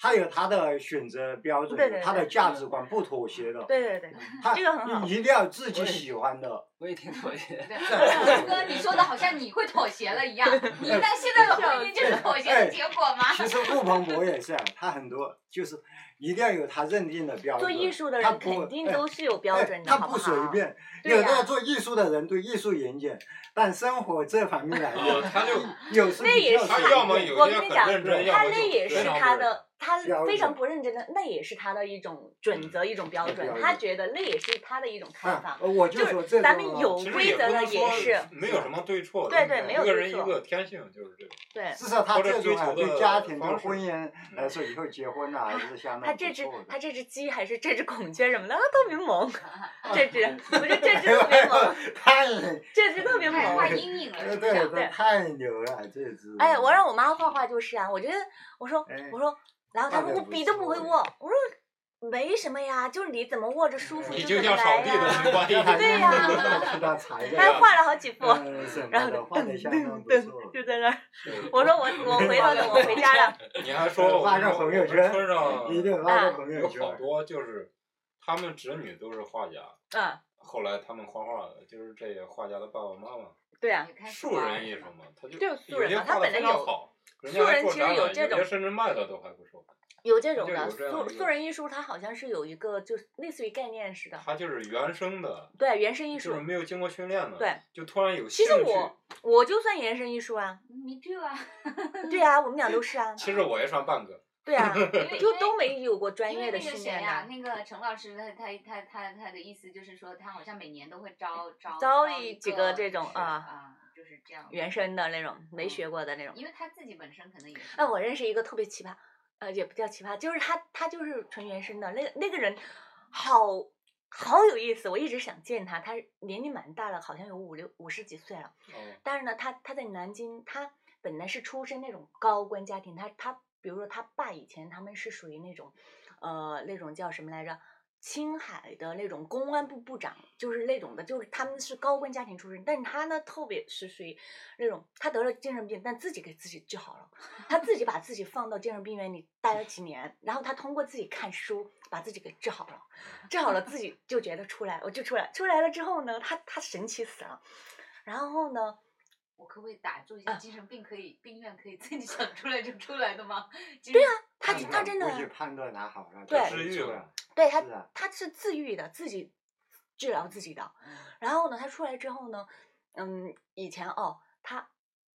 F: 他有他的选择标准，
A: 对对对
F: 他的价值观不妥协的，
A: 对对对，
F: 他
A: 这个很好
F: 一定要自己喜欢的。
D: 我也挺妥协的。
E: 胡哥，你说的好像你会妥协了一样，你那现在的婚姻就是妥协的结果吗？
F: 其实顾鹏博也是啊，他很多就是一定要有他认定的标
A: 做
F: 准。
A: 艺术的
F: 他
A: 人
F: 不
A: 肯定
F: 哎
A: 都是有标准的，
F: 他
A: 好
F: 不
A: 好？
F: 随便，
A: 对
F: 有
A: 呀
F: 的做艺术的人对艺术严谨，但生活这方面来
B: 我哦
F: 讲，
B: 他就
F: 有时
A: 那
F: 比
A: 也
F: 较啊
A: 是
B: 他
F: 随
B: 要么
F: 便
B: 有
A: 我
B: 些
A: 跟你
B: 很
A: 讲
B: 认真，要
A: 他
B: 么
A: 那也
B: 就是非常
A: 他
B: 不认真
A: 的，他
F: 标
A: 非常
F: 准
A: 不认真的，那也是他的一种准则，一种标
F: 标
A: 准。
F: 准
A: 他觉得那也是他的一种看
F: 啊
A: 法，。
F: 我就
A: 就是
F: 说这
A: 咱
F: 种
A: 们
F: 啊
A: 有
B: 其实
A: 嗯规
B: 也不
A: 则的也
B: 说
A: 是，
B: 没有什么对错的，
A: 对对没有
B: 一个
A: 对
B: 人一
A: 错
B: 个天性就是这个。
A: 对。
F: 至少他
B: 或者
F: 这种
B: 追
F: 啊，
B: 求的
F: 对家庭、对
B: 方式嗯
F: 婚姻来说，以后结婚啊，还是相当
A: 他
F: 不
A: 这只
F: 错的
A: 他。这只鸡还是这只孔雀什么的，啊，特别萌。这只我觉得这只特别萌，
F: 太
A: 这只特别
E: 太画
A: 萌。
E: 阴影了，
F: 对
E: 是不是
F: 对
E: 啊？
A: 对
F: 对，太牛了，这只。
A: 哎，我让我妈画画就是啊，我觉得我说
F: 哎
A: 我说，然后她
F: 画
A: 说
F: 得
A: 我
F: 不
A: 笔都不
F: 错
A: 会
F: 哎
A: 握，我说没什么呀，就是你怎么握着舒服
B: 你
A: 怎
B: 就
A: 么
B: 像
A: 来
B: 扫地
A: 呀。
B: 的关一
F: 他
B: 样。
A: 对呀
F: 知道材
A: 她还
F: 料，
A: 画了好几幅，
F: 嗯什
A: 然
F: 么
A: 后
F: 的，画的相当
A: 噔
F: 不错。
A: 噔就在那儿。我说我我回头等我回家 了，
B: 你还说我
F: 发
B: 们
F: 个朋友
B: 我们
F: 圈
B: 村上
F: 一定发
A: 啊
F: 个朋友
B: 有
F: 圈。
B: 好多就是他们侄女都是画家，
A: 嗯，
B: 后来他们画画的就是这些画家的爸爸妈妈，
A: 对啊，
E: 也开始
B: 素
E: 玩
B: 人艺术嘛，他就
A: 就是素人
B: 有
A: 嘛
B: 些
A: 他
B: 画
A: 本
B: 的
A: 来
B: 非
A: 有
B: 常好，人
A: 素
B: 家还
A: 人
B: 做
A: 其实
B: 展
A: 有
B: 览，
A: 这种
B: 些甚至卖的都还不错。
A: 有这种
B: 就
A: 的
B: 有这样
A: 素
B: 一个
A: 素人艺术，它好像是有一个就是类似于概念似的，
B: 他就是原生的，
A: 对原生艺
B: 就是
A: 术。
B: 没有经过训练的，
A: 对，
B: 就突然有
A: 其
B: 兴
A: 实
B: 趣。
A: 我我就算原生艺术 啊，
E: Me too 啊，
A: 对啊，我们俩都是啊，
B: 其实我也算半 个，
A: 对 啊，
E: 因为
A: 就都没有过专
E: 因为
A: 业的
E: 那个
A: 训
E: 谁
A: 练
E: 呀、
A: 的。
E: 那个陈老师他，他他他他的意思就是说，他好像每年都会招招
A: 招一
E: 一
A: 几
E: 个
A: 个这种
E: 是
A: 啊
E: 啊，就是这样。嗯
A: 原生的那种没学过的那种，
E: 因为他自己本身可能也是
A: 哎，我认识一个特别奇葩，呃，也不叫奇葩，就是他，他就是纯原生的，那那个人好好有意思，我一直想见他。他年龄蛮大了，好像有五六五十几岁了，
B: 哦，
A: 但是呢，他他在南京，他本来是出身那种高官家庭，他他比如说他爸以前他们是属于那种，呃，那种叫什么来着？青海的那种公安部部长，就是那种的，就是他们是高官家庭出身，但是他呢，特别是属于那种他得了精神病，但自己给自己治好了，他自己把自己放到精神病院里待了几年，然后他通过自己看书把自己给治好了，治好了自己就觉得出来，我就出来，出来了之后呢，他他神奇死了，然后呢，
E: 我可不可以打住一下？
A: 啊
E: 精神病可以，病院可以自己想出来就出来的吗？对啊，
A: 他
F: 判
A: 他
F: 断
A: 真的
F: 估计判断拿好了，
A: 对
B: 治愈了
F: 了。
A: 对他
F: 是啊
A: 他是自愈的，自己治疗自己的。
F: 嗯
A: 然后呢，他出来之后呢，嗯，以前哦，他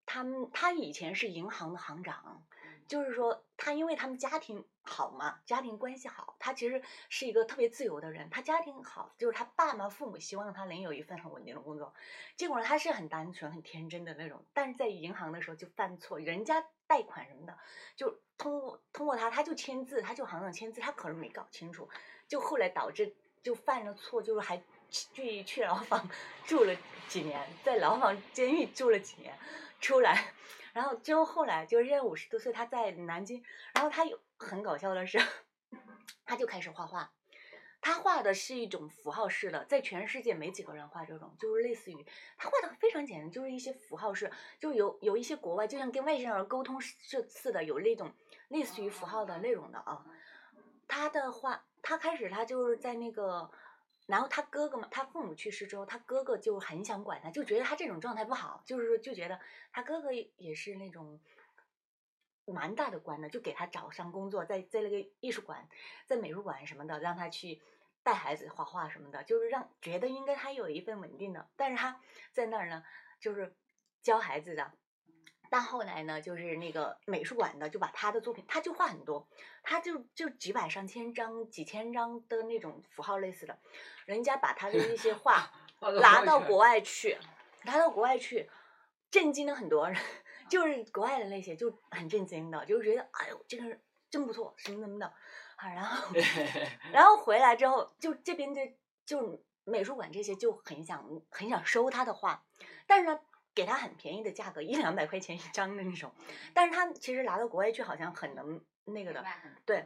A: 他们他以前是银行的行长，
F: 嗯
A: 就是说他因为他们家庭好嘛，家庭关系好，他其实是一个特别自由的人。他家庭好，就是他爸妈父母希望他能有一份很稳定的工作，结果呢，他是很单纯、很天真的那种，但是在银行的时候就犯错，人家贷款什么的，就通过通过他，他就签字，他就行长签字，他可能没搞清楚，就后来导致就犯了错，就是还去去牢房 住了几年，在牢房监狱住了几年，出来，然后之后后来就是现在五十多岁，他在南京，然后他有很搞笑的是， 他就开始画画。他画的是一种符号式的，在全世界没几个人画这种，就是类似于他画的非常简单，就是一些符号式，就有有一些国外就像跟外星人沟通似似的，有那种类似于符号的那种的啊。他的话，他开始他就是在那个，然后他哥哥嘛，他父母去世之后，他哥哥就很想管他，就觉得他这种状态不好，就是说就觉得他哥哥也也是那种蛮大的官的，就给他找上工作，在在那个艺术馆，在美术馆什么的，让他去带孩子画画什么的，就是让觉得应该他有一份稳定的，但是他在那儿呢，就是教孩子的。但后来呢，就是那个美术馆的就把他的作品，他就画很多，他就就几百上千张、几千张的那种符号类似的，人家把他的那些画
D: 画个
A: 拿
D: 朋友
A: 到
D: 圈
A: 国 外去，拿到国外去，震惊了很多人， 就是国外的那些就很震惊的，就是觉得哎呦这个人真不错，什么什么的啊，然后然后回来之后，就这边的就美术馆这些就很想很想收他的画，但是呢。给他很便宜的价格，一两百块钱一张的那种，但是他其实拿到国外去好像很能那个的，
E: 明白很
A: 对，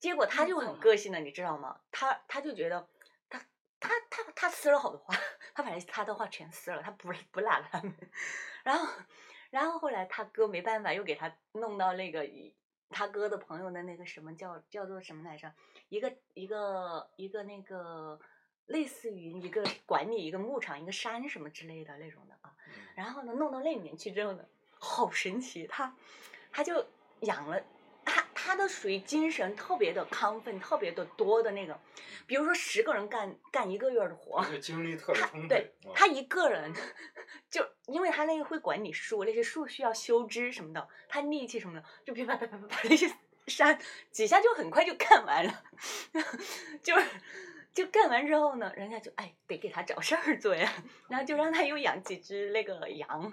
A: 结果他
E: 工
A: 就
E: 作
A: 很
E: 嘛
A: 个性的，你知道吗？他他就觉得他他他他撕了好多花， 他把他的画全撕了，他不不落了他们。然后，然后后来他哥没办法，又给他弄到那个一他哥的朋友的那个什么叫叫做什么来着？一个一个一个那个类似于一个管理一个牧场、一个山什么之类的那种的啊。然后呢，弄到那里面去之后呢，好神奇，他他就养了。他他的属于精神特别的亢奋，特别的多的那种，比如说十个人干干一个月的活，
B: 就精力特别
A: 他
B: 充
A: 对
B: 沛。啊
A: 他一个人， 就因为他那个会管理树，那些树需要修枝什么的，他力气什么的，就噼啪啪啪啪啪那些山几下就很快就干完了， 就是就干完之后呢，人家就哎得给他找事儿做呀，然后就让他又养几只那个羊，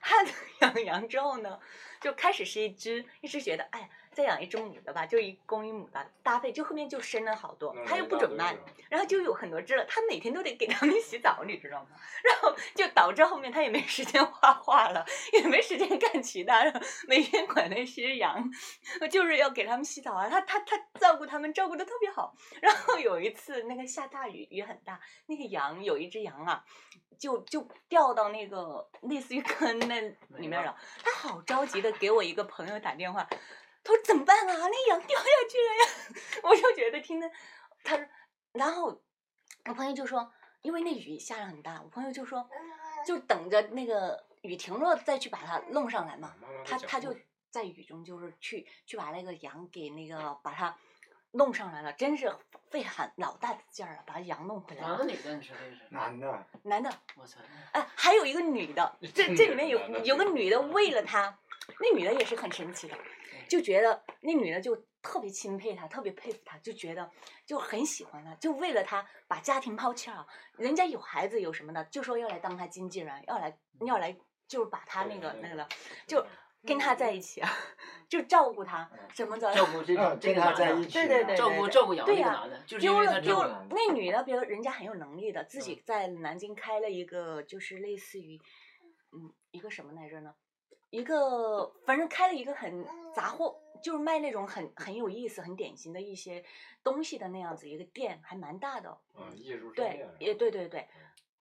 A: 他 养羊之后呢，就开始是一只，一直觉得哎再养一只母的吧，就一公一母的搭配，就后面就生了好多
B: 弄，
A: 他
B: 了
A: 又
B: 一
A: 不
B: 大
A: 准
B: 堆
A: 卖
B: 是。吧
A: 然后就有很多只了，他每天都得给它们洗澡，你知道吗？然后就导致后面他也没时间画画了，也没时间干其他了，每天管那些羊，就是要给它们洗澡啊。他他他照顾它们，照顾的特别好。然后有一次那个下大雨，雨很大，那个羊有一只羊啊，就就掉到那个类似于坑那里面了。他好着急的给我一个朋友打电话，他说怎么办啊？那羊掉下去了呀！ 我就觉得听的，他说，然后我朋友就说，因为那雨下的很大，我朋友就说，就等着那个雨停了再去把它弄上来嘛。
B: 妈妈在
A: 他
B: 讲
A: 他
B: 故
A: 就
B: 事
A: 在雨中就是去去把那个羊给那个把它弄上来了，真是费很老大的劲儿啊，把羊弄回来
D: 男
A: 了
D: 的。女的？你说这是？
F: 男的，
A: 男的，
D: 我操！
A: 哎，还有一个女的，这这里面有
B: 嗯男的
A: 有个女的为了他，那女的也是很神奇的，
B: 嗯
A: 就觉得那女的就特别钦佩他，特别佩服他，就觉得就很喜欢他，就为了他把家庭抛弃了，人家有孩子有什么的，就说要来当他经纪人，要来
B: 嗯
A: 要来就是把他那个那个的，
B: 啊
A: 就跟他
B: 嗯
A: 在一起啊， 就照顾他什么的，
D: 照顾这个
F: 嗯
D: 这
F: 跟
D: 个
F: 他
D: 男
F: 在一
D: 的，
F: 起啊，
G: 对对对
D: 照顾照顾养这
A: 对
D: 个
A: 呀
D: 男的，就是因
A: 丢
D: 为他
A: 了
D: 照
A: 丢
D: 顾
A: 了，那女的，比如人家很有能力的，自己在南京开了一个，就是类似于，嗯，一个什么来着呢？一个反正开了一个很杂货，就是卖那种很很有意思、很典型的一些东西的那样子一个店，还蛮大的。嗯
B: 啊，艺术商
A: 对
B: 业，
A: 也对对对。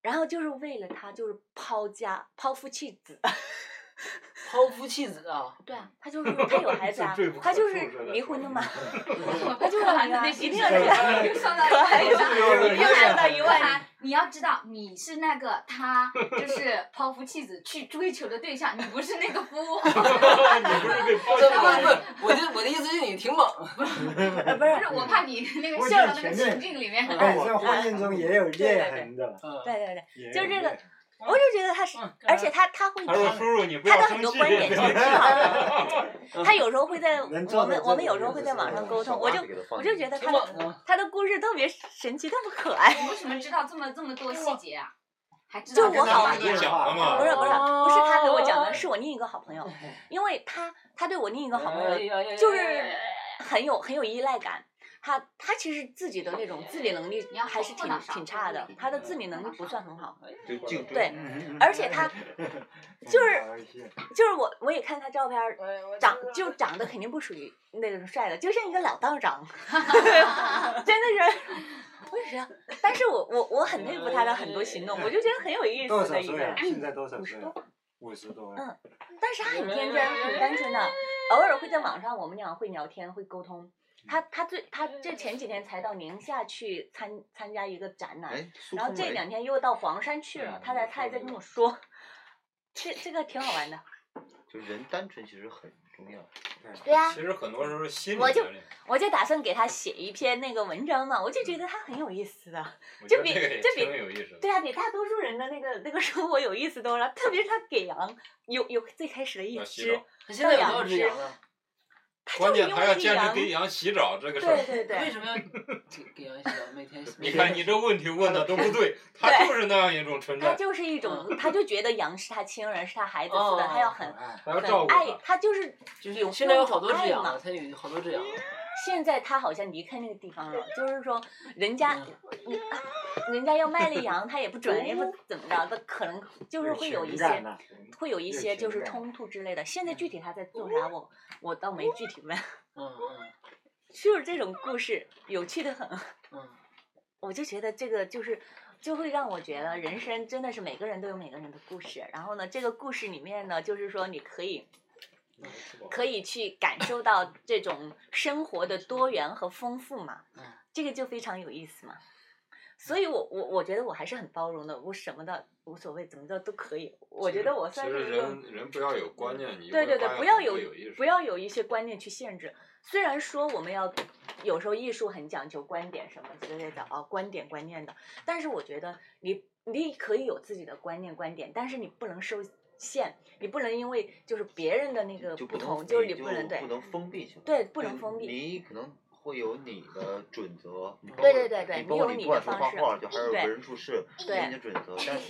A: 然后就是为了他，就是抛家抛夫弃子。
D: 抛夫弃子啊！
A: 对啊， 他就是他有孩子啊
B: 罪不，
A: 他
B: 可
A: 就
B: 恕
A: 是
B: 是吧
A: 离婚的 嘛， 他
E: 我
A: 就是
E: 可爱
A: 女儿
E: 的
A: 一定要
E: 是
A: 这样。可爱的
B: 一
A: 定要到一万
E: 他，你要知道，你是那个他，就是抛夫弃子去追求的对象，你不是那 个夫。
B: 你不是被抛
D: 不
B: 弃
D: 是
B: 了吗？
D: 不是，我就我的意思是你挺猛，
A: 呃 不是
E: 不是，我怕你那个
F: 我
E: 陷入
F: 以
E: 到那个
F: 前
E: 情
F: 面嗯
E: 境里面。
F: 本
A: 嗯
F: 身哎婚姻中也有裂痕的，
D: 嗯，
A: 对对对，
F: 也有
A: 就这
F: 裂
A: 个
F: 痕
A: 我就觉得他是
D: 嗯，
A: 而且他他会
B: 他说：“
A: 谈
B: 叔叔，你不
A: 他
B: 要
A: 的
B: 生
A: 很多
B: 气。
A: 观 点其实挺好的，他有时候会在我
F: 能做
A: 们
F: 的
A: 我们有
F: 做
A: 时候
F: 的
A: 会在网上沟通，我就我就觉得他
D: 挺猛
A: 的
D: 啊
A: 他的故事特别神奇，特别可爱。
E: 你为什么知道这么这么多细节啊？还知
A: 就
E: 道
A: 我
E: 这
A: 好
E: 么
B: 你
E: 多
B: 给我
E: 细节啊
B: 讲了
A: 不
B: 嘛？
A: 是不
F: 嗯
A: 是不是他给我讲的，
D: 哦
A: 是我另一个好朋友，因为他他对我另一个好朋友
D: 哎呀
A: 就是很有很有依赖感。他他其实自己的那种自理能力
E: 你要
A: 还是挺
E: 碰到啥
A: 挺差的
E: 碰到，啥
A: 他的自理能力不算很好。
C: 就竞争。
A: 对，
F: 嗯
A: 而且他就是
F: 玩游戏
A: 就是我我也看他照片儿，
G: 我
A: 长就长得肯定不属于那种帅的，就像一个老道长， 真的是，我也是。啊但是我我我很佩服他的很多行动，我就觉得很有意
F: 多
A: 思
F: 少
A: 的一个
F: 岁
A: 人
F: 啊？。现在多少
A: 五
F: 岁
A: 十
F: 啊
A: 多？，
F: 五十多
A: 嗯
F: 了。
A: 但是他很天真，很单纯的，偶尔会在网上我们俩会聊天，会沟通。他他最他这前几天才到宁夏去参参加一个展览，
C: 哎，
A: 啊然后这两天又到黄山去了，他才他还在跟我说，这这个挺好玩的。
C: 就人单纯其实很重要。
A: 对啊
B: 其实很多时候心理
A: 我就
B: 原理
A: 我就打算给他写一篇那个文章嘛，我就觉得他很有意思啊的，
B: 我
A: 这
B: 觉得
A: 比
B: 这个也
A: 这比
B: 挺有意思的。
A: 对啊，比大多数人的那个那个生活有意思多了。特别是他给羊有有最开始的一
B: 要洗
A: 只
B: 澡，
D: 他现在有多少只羊啊？
A: 他
B: 关
A: 就是
B: 键
A: 因
B: 他
A: 为
B: 要
A: 这
B: 坚持
A: 羊，
B: 给羊洗澡这个事
A: 对
B: 儿。
A: 对
D: 为
A: 对，
D: 什么要给给羊洗澡？每天
B: 你看你这问题问的都不 对，他就是那样一种存
A: 他
B: 在，
A: 就是一种，他就觉得羊是他亲人，是他孩子
D: 哦
A: 似的，他要
F: 可
A: 很
F: 爱
B: 他要照
A: 很
B: 顾
A: 爱
B: 他，。
A: 他就是
D: 就是
A: 有
D: 现在有好多
A: 那
D: 只
A: 种爱
D: 羊啊
A: 嘛
D: 了，。他有好多只羊了。
A: 现在他好像离开那个地方了，就是说人家。
D: 嗯
A: 人家要卖了羊，他也不准，也不怎么着，他可能就是会有一
F: 情
A: 些
F: 感呐
A: 会有一
F: 有
A: 些就是
F: 情感
A: 冲突之类的。现在具体他在做啥，我我倒没具体问。
D: 嗯嗯
A: 就是这种故事，有趣的很。
D: 嗯，
A: 我就觉得这个就是。就会让我觉得人生真的是每个人都有每个人的故事，然后呢，这个故事里面呢，就是说你可以可以去感受到这种生活的多元和丰富嘛，
B: 嗯
A: 这个就非常有意思嘛。所以我我我觉得我还是很包容的，我什么的无所谓，怎么的都可以。我觉得我
B: 其
A: 算
B: 实
A: 是一个
B: 人人不要有观念，你
A: 对
B: 会
A: 对对
B: 发，现
A: 不要
B: 很
A: 有
B: 意识
A: 不要有一些观念去限制。虽然说我们要有时候艺术很讲究观点什么之类的啊，观点观念的，但是我觉得你你可以有自己的观念观点，但是你不能受限，你不能因为就是别人的那个
I: 就
A: 呃不
I: 能
A: 同，就是
I: 你
A: 你不能对
I: 不能封闭起来，
A: 对不能封闭。
I: 你可能会有你的准则，你包
A: 对
I: 括
A: 对对对
I: 你
A: 你
I: 包括
A: 有
I: 你
A: 你
I: 不管
A: 的
I: 说
A: 方
I: 画
A: 式
I: 画，就还有
A: 对
I: 为人处事，有
A: 对
I: 你的准则，但是